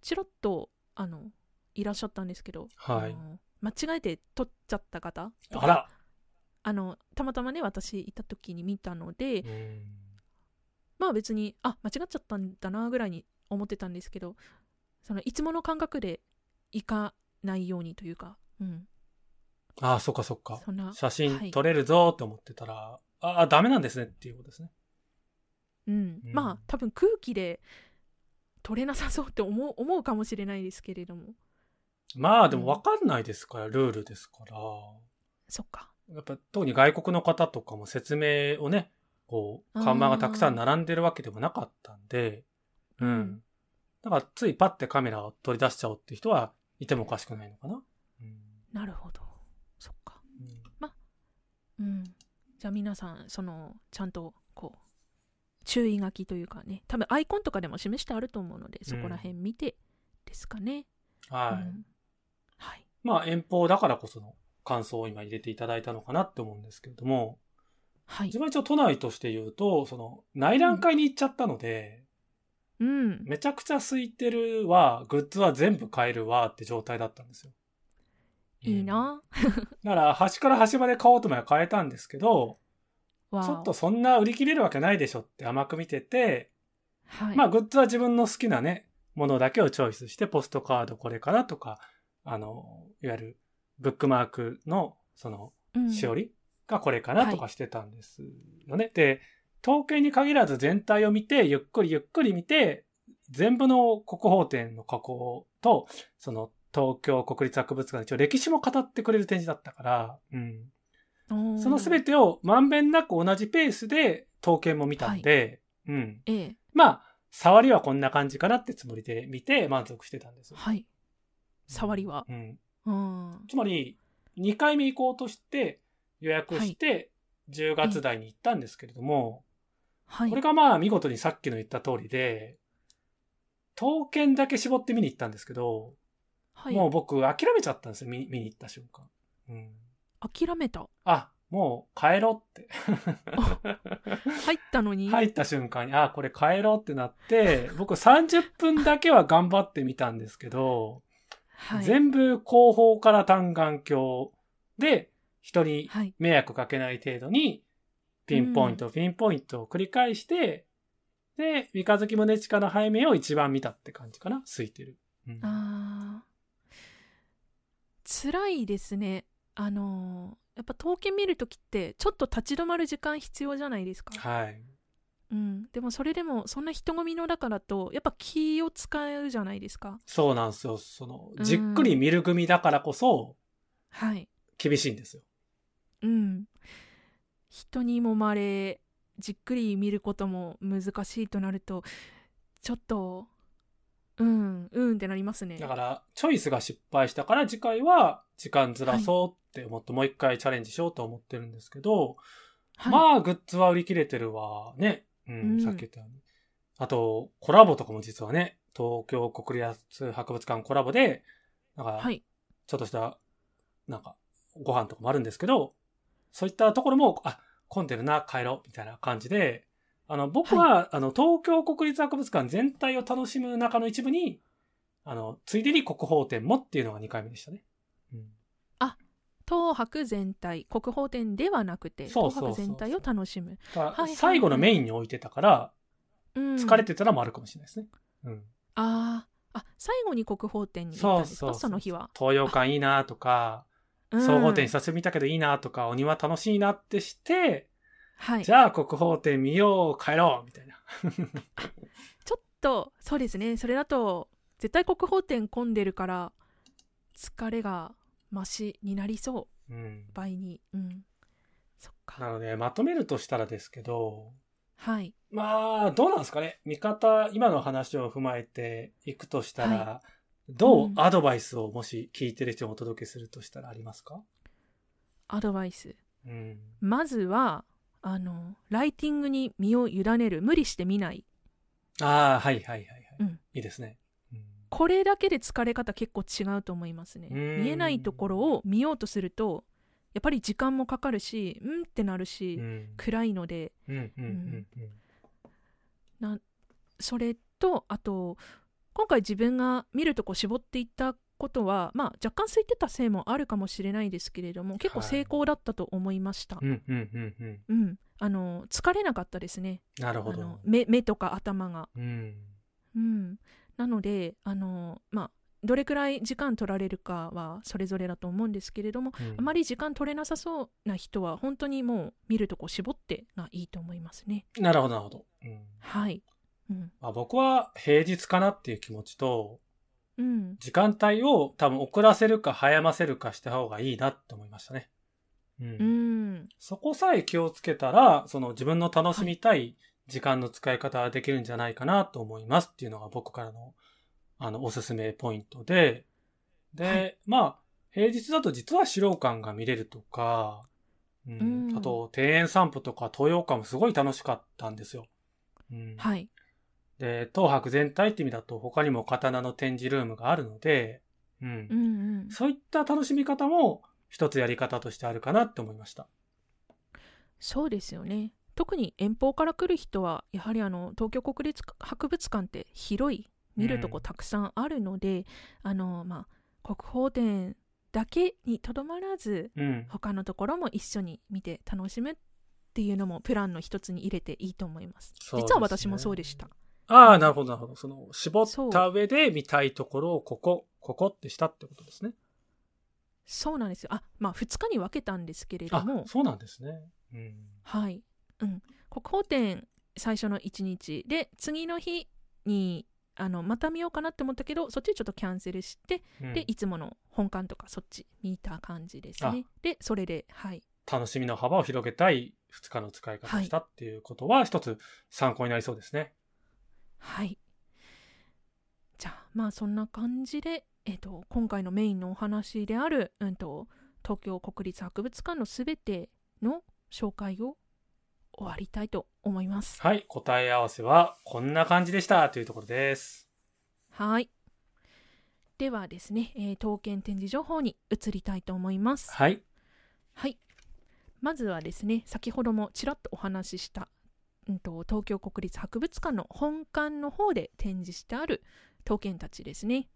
[SPEAKER 1] チロッとあのいらっしゃったんですけど、
[SPEAKER 2] はい
[SPEAKER 1] あの間違えて撮っちゃった方とか
[SPEAKER 2] あら、
[SPEAKER 1] あのたまたまね私いた時に見たので
[SPEAKER 2] うん、
[SPEAKER 1] まあ別にあ間違っちゃったんだなぐらいに思ってたんですけどそのいつもの感覚で行かないようにというか、うん、
[SPEAKER 2] ああ、そっかそっか。
[SPEAKER 1] そんな
[SPEAKER 2] 写
[SPEAKER 1] は
[SPEAKER 2] 真
[SPEAKER 1] い
[SPEAKER 2] 撮れるぞって思ってたら、ああ、ダメなんですねっていうことですね。
[SPEAKER 1] うん、
[SPEAKER 2] うん
[SPEAKER 1] まあ多分空気で取れなさそうって思う 思うかもしれないですけれども
[SPEAKER 2] まあ、でもわかんないですから、ルールですから。
[SPEAKER 1] そっか
[SPEAKER 2] やっぱ特に外国の方とかも説明をね、こう、
[SPEAKER 1] あー
[SPEAKER 2] 看板がたくさん並んでるわけでもなかったんで、うん。
[SPEAKER 1] うん
[SPEAKER 2] だからついパッてカメラを取り出しちゃおうって人はいてもおかしくないのかな。うん。
[SPEAKER 1] なるほどそっかうんじゃあ皆さんそのちゃんとこう注意書きというかね多分アイコンとかでも示してあると思うのでそこら辺見てですかね、
[SPEAKER 2] はい。
[SPEAKER 1] うんはい
[SPEAKER 2] まあ遠方だからこその感想を今入れていただいたのかなって思うんですけれども、
[SPEAKER 1] はい
[SPEAKER 2] 自分は一応都内として言うと、その内覧会に行っちゃったので、
[SPEAKER 1] うん
[SPEAKER 2] めちゃくちゃ空いてるわ、グッズは全部買えるわって状態だったんですよ。
[SPEAKER 1] いいな
[SPEAKER 2] だから、端から端まで買おうとも買えたんですけど、
[SPEAKER 1] わ
[SPEAKER 2] ちょっと
[SPEAKER 1] お
[SPEAKER 2] そんな売り切れるわけないでしょって甘く見てて、
[SPEAKER 1] はい、
[SPEAKER 2] まあ、グッズは自分の好きなね、ものだけをチョイスして、ポストカードこれかなとか、あの、いわゆるブックマークの、その、
[SPEAKER 1] うん
[SPEAKER 2] しおりがこれかなとかしてたんですよね。で、統計に限らず全体を見て、ゆっくりゆっくり見て、全部の国宝展の加工と、その東京国立博物館で一応歴史も語ってくれる展示だったから、うん。
[SPEAKER 1] おー
[SPEAKER 2] そのすべてをまんべんなく同じペースで統計も見たんで、うん。
[SPEAKER 1] ええ
[SPEAKER 2] まあ、触りはこんな感じかなってつもりで見て満足してたんですよ。
[SPEAKER 1] はい触りは
[SPEAKER 2] うん。
[SPEAKER 1] うん
[SPEAKER 2] つまり、2回目行こうとして予約して、10月台に行ったんですけれども、
[SPEAKER 1] はい
[SPEAKER 2] これがまあ見事にさっきの言った通りで、刀剣だけ絞って見に行ったんですけど、
[SPEAKER 1] はい。
[SPEAKER 2] もう僕諦めちゃったんですよ、見に見に行った瞬間。うん。
[SPEAKER 1] 諦めた。
[SPEAKER 2] あ、もう帰ろうって。
[SPEAKER 1] 入ったのに。
[SPEAKER 2] 入った瞬間に、あ、これ帰ろうって なって、僕30分だけは頑張ってみたんですけど、
[SPEAKER 1] はい。
[SPEAKER 2] 全部後方から単眼鏡で、人に
[SPEAKER 1] はい。
[SPEAKER 2] 迷惑かけない程度に、ピンポイント、ピンポイントを繰り返して、で、三日月宗近の背面を一番見たって感じかな、空いてる。うん
[SPEAKER 1] あー辛いですね。あのーやっぱ統計見るときってちょっと立ち止まる時間必要じゃないですか。
[SPEAKER 2] はい。
[SPEAKER 1] うん、でもそれでもそんな人混みの中だとやっぱ気を使うじゃないですか。
[SPEAKER 2] そうなんですよ。その
[SPEAKER 1] う、ん
[SPEAKER 2] じっくり見る組だからこそ、
[SPEAKER 1] はい。
[SPEAKER 2] 厳しいんですよ。
[SPEAKER 1] うん。人に揉まれじっくり見ることも難しいとなるとちょっとうんうんってなりますね
[SPEAKER 2] だ。から、チョイスが失敗したから次回は時間ずらそうって思って、もう一回チャレンジしようと思ってるんですけど、
[SPEAKER 1] はい、
[SPEAKER 2] まあ、グッズは売り切れてるわ、ね。うん、
[SPEAKER 1] うん
[SPEAKER 2] さっき言ったように。あと、コラボとかも実はね、東京国立博物館コラボで、なんか
[SPEAKER 1] は、い。
[SPEAKER 2] ちょっとした、なんか、ご飯とかもあるんですけど、そういったところも、あ、混んでるな、帰ろう、みたいな感じで、あの、僕は、あの、東京国立博物館全体を楽しむ中の一部に、あの、ついでに国宝展もっていうのが2回目でしたね。うん
[SPEAKER 1] 東博全体国宝展ではなくて
[SPEAKER 2] そうそうそう
[SPEAKER 1] 東博全体を楽しむ。
[SPEAKER 2] だから
[SPEAKER 1] はいはい
[SPEAKER 2] 最後のメインに置いてたから、
[SPEAKER 1] うん、
[SPEAKER 2] 疲れてたらもあるかもしれないですね。うん。
[SPEAKER 1] あーあ最後に国宝展に行ったんですか
[SPEAKER 2] そうそうそう
[SPEAKER 1] その日は、
[SPEAKER 2] 東洋館いいなとか、
[SPEAKER 1] うん
[SPEAKER 2] 総合展久しぶりに見たけどいいなとか、お庭楽しいなってして、
[SPEAKER 1] はい
[SPEAKER 2] じゃあ国宝展見よう、帰ろう、みたいな。
[SPEAKER 1] ちょっとそうですねそれだと絶対国宝展混んでるから疲れがマシになりそ
[SPEAKER 2] うん
[SPEAKER 1] う。倍にうんそっか
[SPEAKER 2] なので、まとめるとしたらですけど、
[SPEAKER 1] はい
[SPEAKER 2] まあ、どうなんですかね。見方、今の話を踏まえていくとしたら、
[SPEAKER 1] は
[SPEAKER 2] ど
[SPEAKER 1] う
[SPEAKER 2] うんアドバイスをもし聞いてる人にお届けするとしたらありますか
[SPEAKER 1] アドバイス
[SPEAKER 2] うん。
[SPEAKER 1] まずはあのライティングに身を委ねる無理して見ない
[SPEAKER 2] ああ、はいはいはい、はい
[SPEAKER 1] うん
[SPEAKER 2] いいですね。うん
[SPEAKER 1] これだけで疲れ方結構違うと思いますね
[SPEAKER 2] うん
[SPEAKER 1] 見えないところを見ようとするとやっぱり時間もかかるしうんってなるし、
[SPEAKER 2] うん。
[SPEAKER 1] 暗いので
[SPEAKER 2] うん。うん。うん。うん
[SPEAKER 1] それとあと今回自分が見るとこ絞っていったことは、まあ、若干空いてたせいもあるかもしれないですけれども結構
[SPEAKER 2] はい
[SPEAKER 1] 成功だったと思いました、
[SPEAKER 2] うん。うん。うん。うん。
[SPEAKER 1] うん、あの疲れなかったですね
[SPEAKER 2] なる
[SPEAKER 1] あ
[SPEAKER 2] ほど。
[SPEAKER 1] の目目とか頭が、
[SPEAKER 2] うん。
[SPEAKER 1] うん、なのであの、まあ、どれくらい時間取られるかはそれぞれだと思うんですけれども
[SPEAKER 2] うん
[SPEAKER 1] あまり時間取れなさそうな人は本当にもう見るとこ絞ってがいいと思いますね
[SPEAKER 2] なるほど、なるほど。うん
[SPEAKER 1] はいうん
[SPEAKER 2] まあ、僕は平日かなっていう気持ちと、
[SPEAKER 1] うん
[SPEAKER 2] 時間帯を多分遅らせるか早ませるかした方がいいなって思いましたね。うん。
[SPEAKER 1] うん
[SPEAKER 2] そこさえ気をつけたら、その自分の楽しみたい時間の使い方はできるんじゃないかなと思いますっていうのが僕からの、あの、おすすめポイントで、で、
[SPEAKER 1] はい
[SPEAKER 2] まあ、平日だと実は資料館が見れるとか、うん
[SPEAKER 1] うん
[SPEAKER 2] あと、庭園散歩とか東洋館もすごい楽しかったんですよ。うん
[SPEAKER 1] はい
[SPEAKER 2] で、東博全体って意味だと他にも刀の展示ルームがあるので、う
[SPEAKER 1] う
[SPEAKER 2] ん
[SPEAKER 1] んうん、
[SPEAKER 2] そういった楽しみ方も一つやり方としてあるかなって思いました。
[SPEAKER 1] そうですよね特に遠方から来る人はやはりあの東京国立博物館って広い見るとこたくさんあるので、あのまあ、国宝展だけにとどまらず
[SPEAKER 2] うん。
[SPEAKER 1] 他のところも一緒に見て楽しむっていうのもプランの一つに入れていいと思います
[SPEAKER 2] そうです
[SPEAKER 1] 実
[SPEAKER 2] ね
[SPEAKER 1] は私もそうでした
[SPEAKER 2] ああ、なるほど、なるほど。その、絞った上で見たいところをここ、ここってしたってことですね。
[SPEAKER 1] そうなんですよあまあ2日に分けたんですけれど
[SPEAKER 2] あ
[SPEAKER 1] も、
[SPEAKER 2] そうなんですね。うん。
[SPEAKER 1] はい、うん、国宝展最初の1日で次の日にあのまた見ようかなって思ったけどそっちちょっとキャンセルして、
[SPEAKER 2] うん
[SPEAKER 1] でいつもの本館とかそっち見た感じですねでそれではい
[SPEAKER 2] 楽しみの幅を広げたい2日の使い方をしたっていうことは一つ参考になりそうですね。
[SPEAKER 1] はいじゃあまあそんな感じで、えっと今回のメインのお話である、うん、と東京国立博物館のすべての紹介を終わりたいと思います。
[SPEAKER 2] はい。答え合わせはこんな感じでしたというところです。
[SPEAKER 1] はい。ではですね、えー刀剣展示情報に移りたいと思います。
[SPEAKER 2] はい。
[SPEAKER 1] はい。まずはですね、先ほどもちらっとお話しした、うんと、東京国立博物館の本館の方で展示してある刀剣たちですね。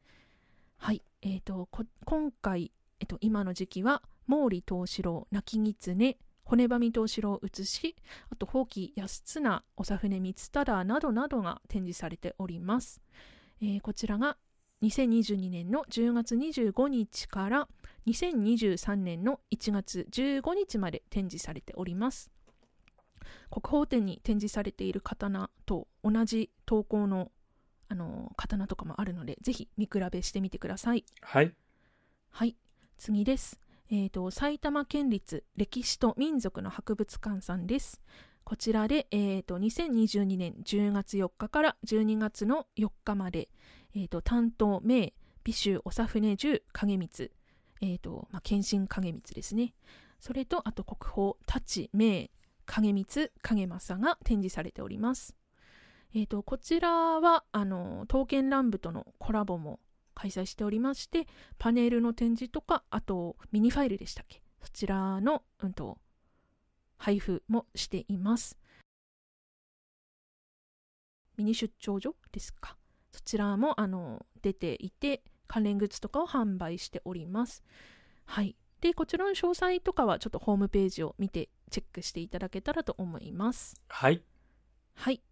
[SPEAKER 1] はい。えっ、とこ、今回、えっと、今の時期は、毛利藤四郎、泣き狐、骨ばみ藤四郎写し、あと、宝器安綱、長船光忠などなどが展示されております。えーこちらが2022年の10月25日から2023年の1月15日まで展示されております国宝展に展示されている刀と同じ投稿のあの刀とかもあるのでぜひ見比べしてみてください
[SPEAKER 2] はい。
[SPEAKER 1] はい次ですえーと埼玉県立歴史と民族の博物館さんですこちらで、えー、と2022年10月4日から12月の4日まで、えー、と担当名美州長船十景光えーとまあ、謙信景光ですねそれとあと国宝太刀名景光景政が展示されております、えー、とこちらはあの刀剣乱舞とのコラボも開催しておりましてパネルの展示とかあとミニファイルでしたっけそちらの、うん、と配布もしていますミニ出張所ですかそちらもあの出ていて関連グッズとかを販売しております。はい。で、こちらの詳細とかはちょっとホームページを見てチェックしていただけたらと思います。
[SPEAKER 2] はい。
[SPEAKER 1] はい、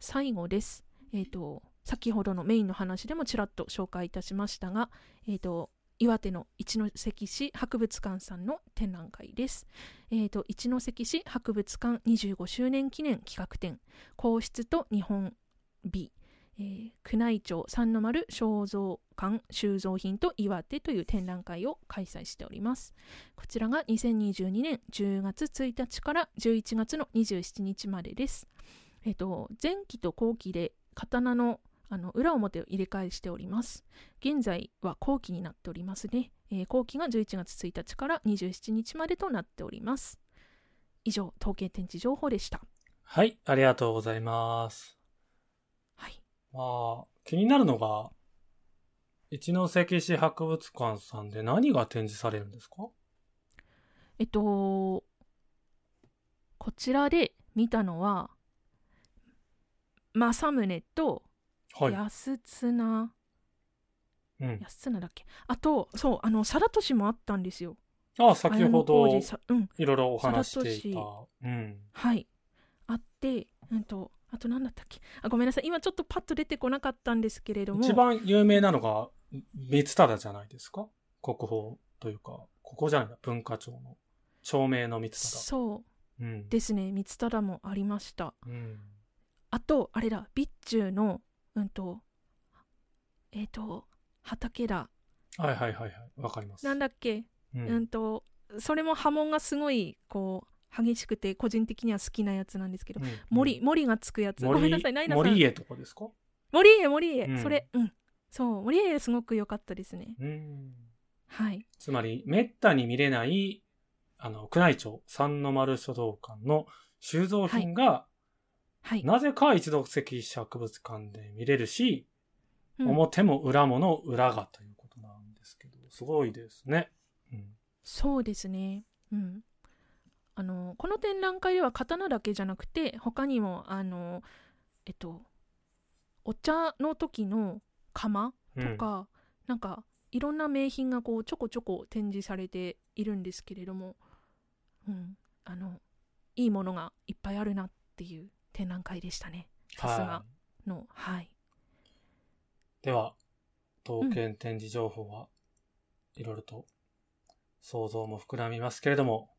[SPEAKER 1] 最後です。えっ、と、先ほどのメインの話でもちらっと紹介いたしましたが、えっ、と、岩手の一関市博物館さんの展覧会です。えっ、と、一関市博物館25周年記念企画展、皇室と日本美、えー宮内庁三の丸肖像館収蔵品と岩手という展覧会を開催しております。こちらが2022年10月1日から11月の27日までです。えっと、前期と後期で刀のあの裏表を入れ替えしております。現在は後期になっておりますね。えー後期が11月1日から27日までとなっております。以上、統計展示情報でした。
[SPEAKER 2] はい。ありがとうございます。
[SPEAKER 1] はい。
[SPEAKER 2] まあ、気になるのが、一関市博物館さんで何が展示されるんですか
[SPEAKER 1] えっと、こちらで見たのは、正宗と
[SPEAKER 2] はい。
[SPEAKER 1] 安綱、
[SPEAKER 2] うん。
[SPEAKER 1] 安綱だっけあと、そう、あの、貞俊もあったんですよ。
[SPEAKER 2] あ、先ほ
[SPEAKER 1] 綾
[SPEAKER 2] ど
[SPEAKER 1] 小路、さうん、
[SPEAKER 2] いろいろお話ししていた
[SPEAKER 1] 佐。
[SPEAKER 2] うん。
[SPEAKER 1] はい。あって、うんと、あと何だったっけあ、ごめんなさい。今ちょっとパッと出てこなかったんですけれども。
[SPEAKER 2] 一番有名なのが、三忠じゃないですか国宝というか、ここじゃないな、文化庁の。照明の三忠。
[SPEAKER 1] そう
[SPEAKER 2] うん。
[SPEAKER 1] ですね。三忠もありました。
[SPEAKER 2] うん。
[SPEAKER 1] あと、あれだ、備中の、うんと、えっ、と、畑だ。
[SPEAKER 2] はいはいはいはい。わかります。
[SPEAKER 1] なんだっけ、
[SPEAKER 2] う
[SPEAKER 1] うん、と、それも波紋がすごい、こう、激しくて、個人的には好きなやつなんですけど。
[SPEAKER 2] うん
[SPEAKER 1] 森、森がつくやつ。ごめんなさい、ナイナさん。
[SPEAKER 2] 森家とかですか
[SPEAKER 1] 森家、森家。
[SPEAKER 2] うん
[SPEAKER 1] それ、うん。そう、森家すごく良かったですね。
[SPEAKER 2] うん。
[SPEAKER 1] はい。
[SPEAKER 2] つまり、めったに見れない、あの、宮内庁三の丸書道館の収蔵品が、
[SPEAKER 1] はい。
[SPEAKER 2] なぜか一度石博物館で見れるし、
[SPEAKER 1] うん
[SPEAKER 2] 表も裏もの裏がということなんですけど、すごいですね。うん。
[SPEAKER 1] そうですね。うん。あのこの展覧会では刀だけじゃなくて他にもあのえっとお茶の時の釜
[SPEAKER 2] う
[SPEAKER 1] と
[SPEAKER 2] ん、
[SPEAKER 1] か、なんかいろんな名品がこうちょこちょこ展示されているんですけれども、うん、あのいいものがいっぱいあるなっていう展覧会でしたね。さすが
[SPEAKER 2] は
[SPEAKER 1] のはい。
[SPEAKER 2] い。では、刀剣展示情報は、いろいろと想像も膨らみますけれども、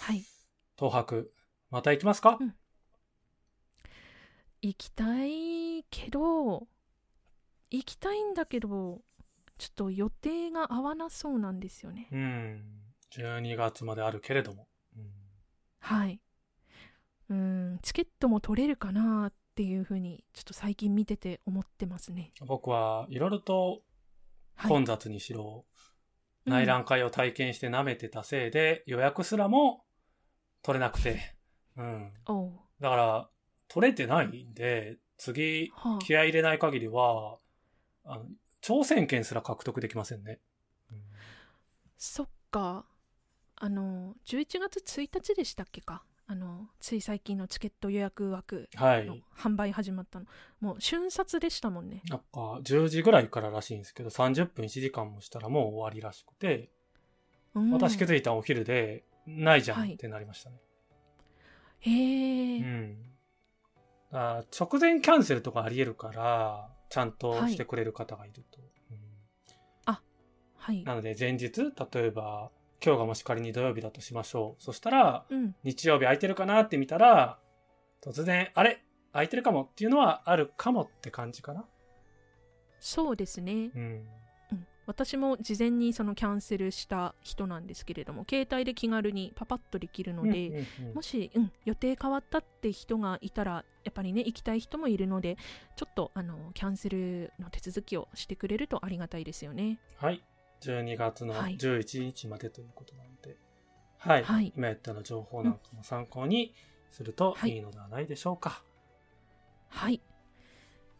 [SPEAKER 1] はい
[SPEAKER 2] 東博、また行きますか、
[SPEAKER 1] うん行きたいけど行きたいんだけどちょっと予定が合わなそうなんですよね
[SPEAKER 2] うん。12月まであるけれども。うん
[SPEAKER 1] はいうーんチケットも取れるかなっていうふうにちょっと最近見てて思ってますね
[SPEAKER 2] 僕はいろいろと
[SPEAKER 1] はい
[SPEAKER 2] 混雑にしろ、
[SPEAKER 1] うん
[SPEAKER 2] 内覧会を体験して舐めてたせいで、予約すらも取れなくて。うん。
[SPEAKER 1] おう
[SPEAKER 2] だから、取れてないんで、次、
[SPEAKER 1] はあ
[SPEAKER 2] 気合い入れない限りは、あの、挑戦権すら獲得できませんね。
[SPEAKER 1] そっか。あの、11月1日でしたっけか。あの、つい最近のチケット予約枠
[SPEAKER 2] は
[SPEAKER 1] の
[SPEAKER 2] い。
[SPEAKER 1] 販売始まったの。もう瞬殺でしたもんね。
[SPEAKER 2] なんか、10時ぐらいかららしいんですけど、30分1時間もしたらもう終わりらしくて、
[SPEAKER 1] うん
[SPEAKER 2] 私気づいたお昼で、ないじゃ
[SPEAKER 1] は
[SPEAKER 2] ん
[SPEAKER 1] い
[SPEAKER 2] ってなりましたね。
[SPEAKER 1] へえ、
[SPEAKER 2] うん。あー直前キャンセルとかありえるから、ちゃんとしてくれる方がいると。うん
[SPEAKER 1] はい。
[SPEAKER 2] なので前日、例えば、今日がもし仮に土曜日だとしましょう。そしたら、
[SPEAKER 1] うん。
[SPEAKER 2] 日曜日空いてるかなって見たら、突然、あれ空いてるかもっていうのはあるかもって感じかな。
[SPEAKER 1] そうですね。
[SPEAKER 2] うん。
[SPEAKER 1] うん、私も事前にそのキャンセルした人なんですけれども携帯で気軽にパパッとできるので、
[SPEAKER 2] うんうんうん
[SPEAKER 1] もし、うん、予定変わったって人がいたらやっぱりね行きたい人もいるのでちょっとあのキャンセルの手続きをしてくれるとありがたいですよね
[SPEAKER 2] はい。12月の
[SPEAKER 1] はい
[SPEAKER 2] 11日までということなので、はい。
[SPEAKER 1] はい
[SPEAKER 2] 今言ったの情報なんかも参考にすると
[SPEAKER 1] はい
[SPEAKER 2] いいのではないでしょうか。
[SPEAKER 1] はい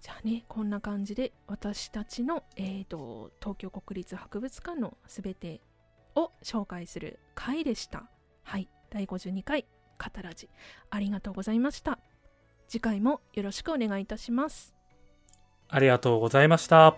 [SPEAKER 1] じゃあねこんな感じで私たちの、えー、と東京国立博物館のすべてを紹介する回でしたはい第52回「カタラジ」ありがとうございました次回もよろしくお願いいたします
[SPEAKER 2] ありがとうございました。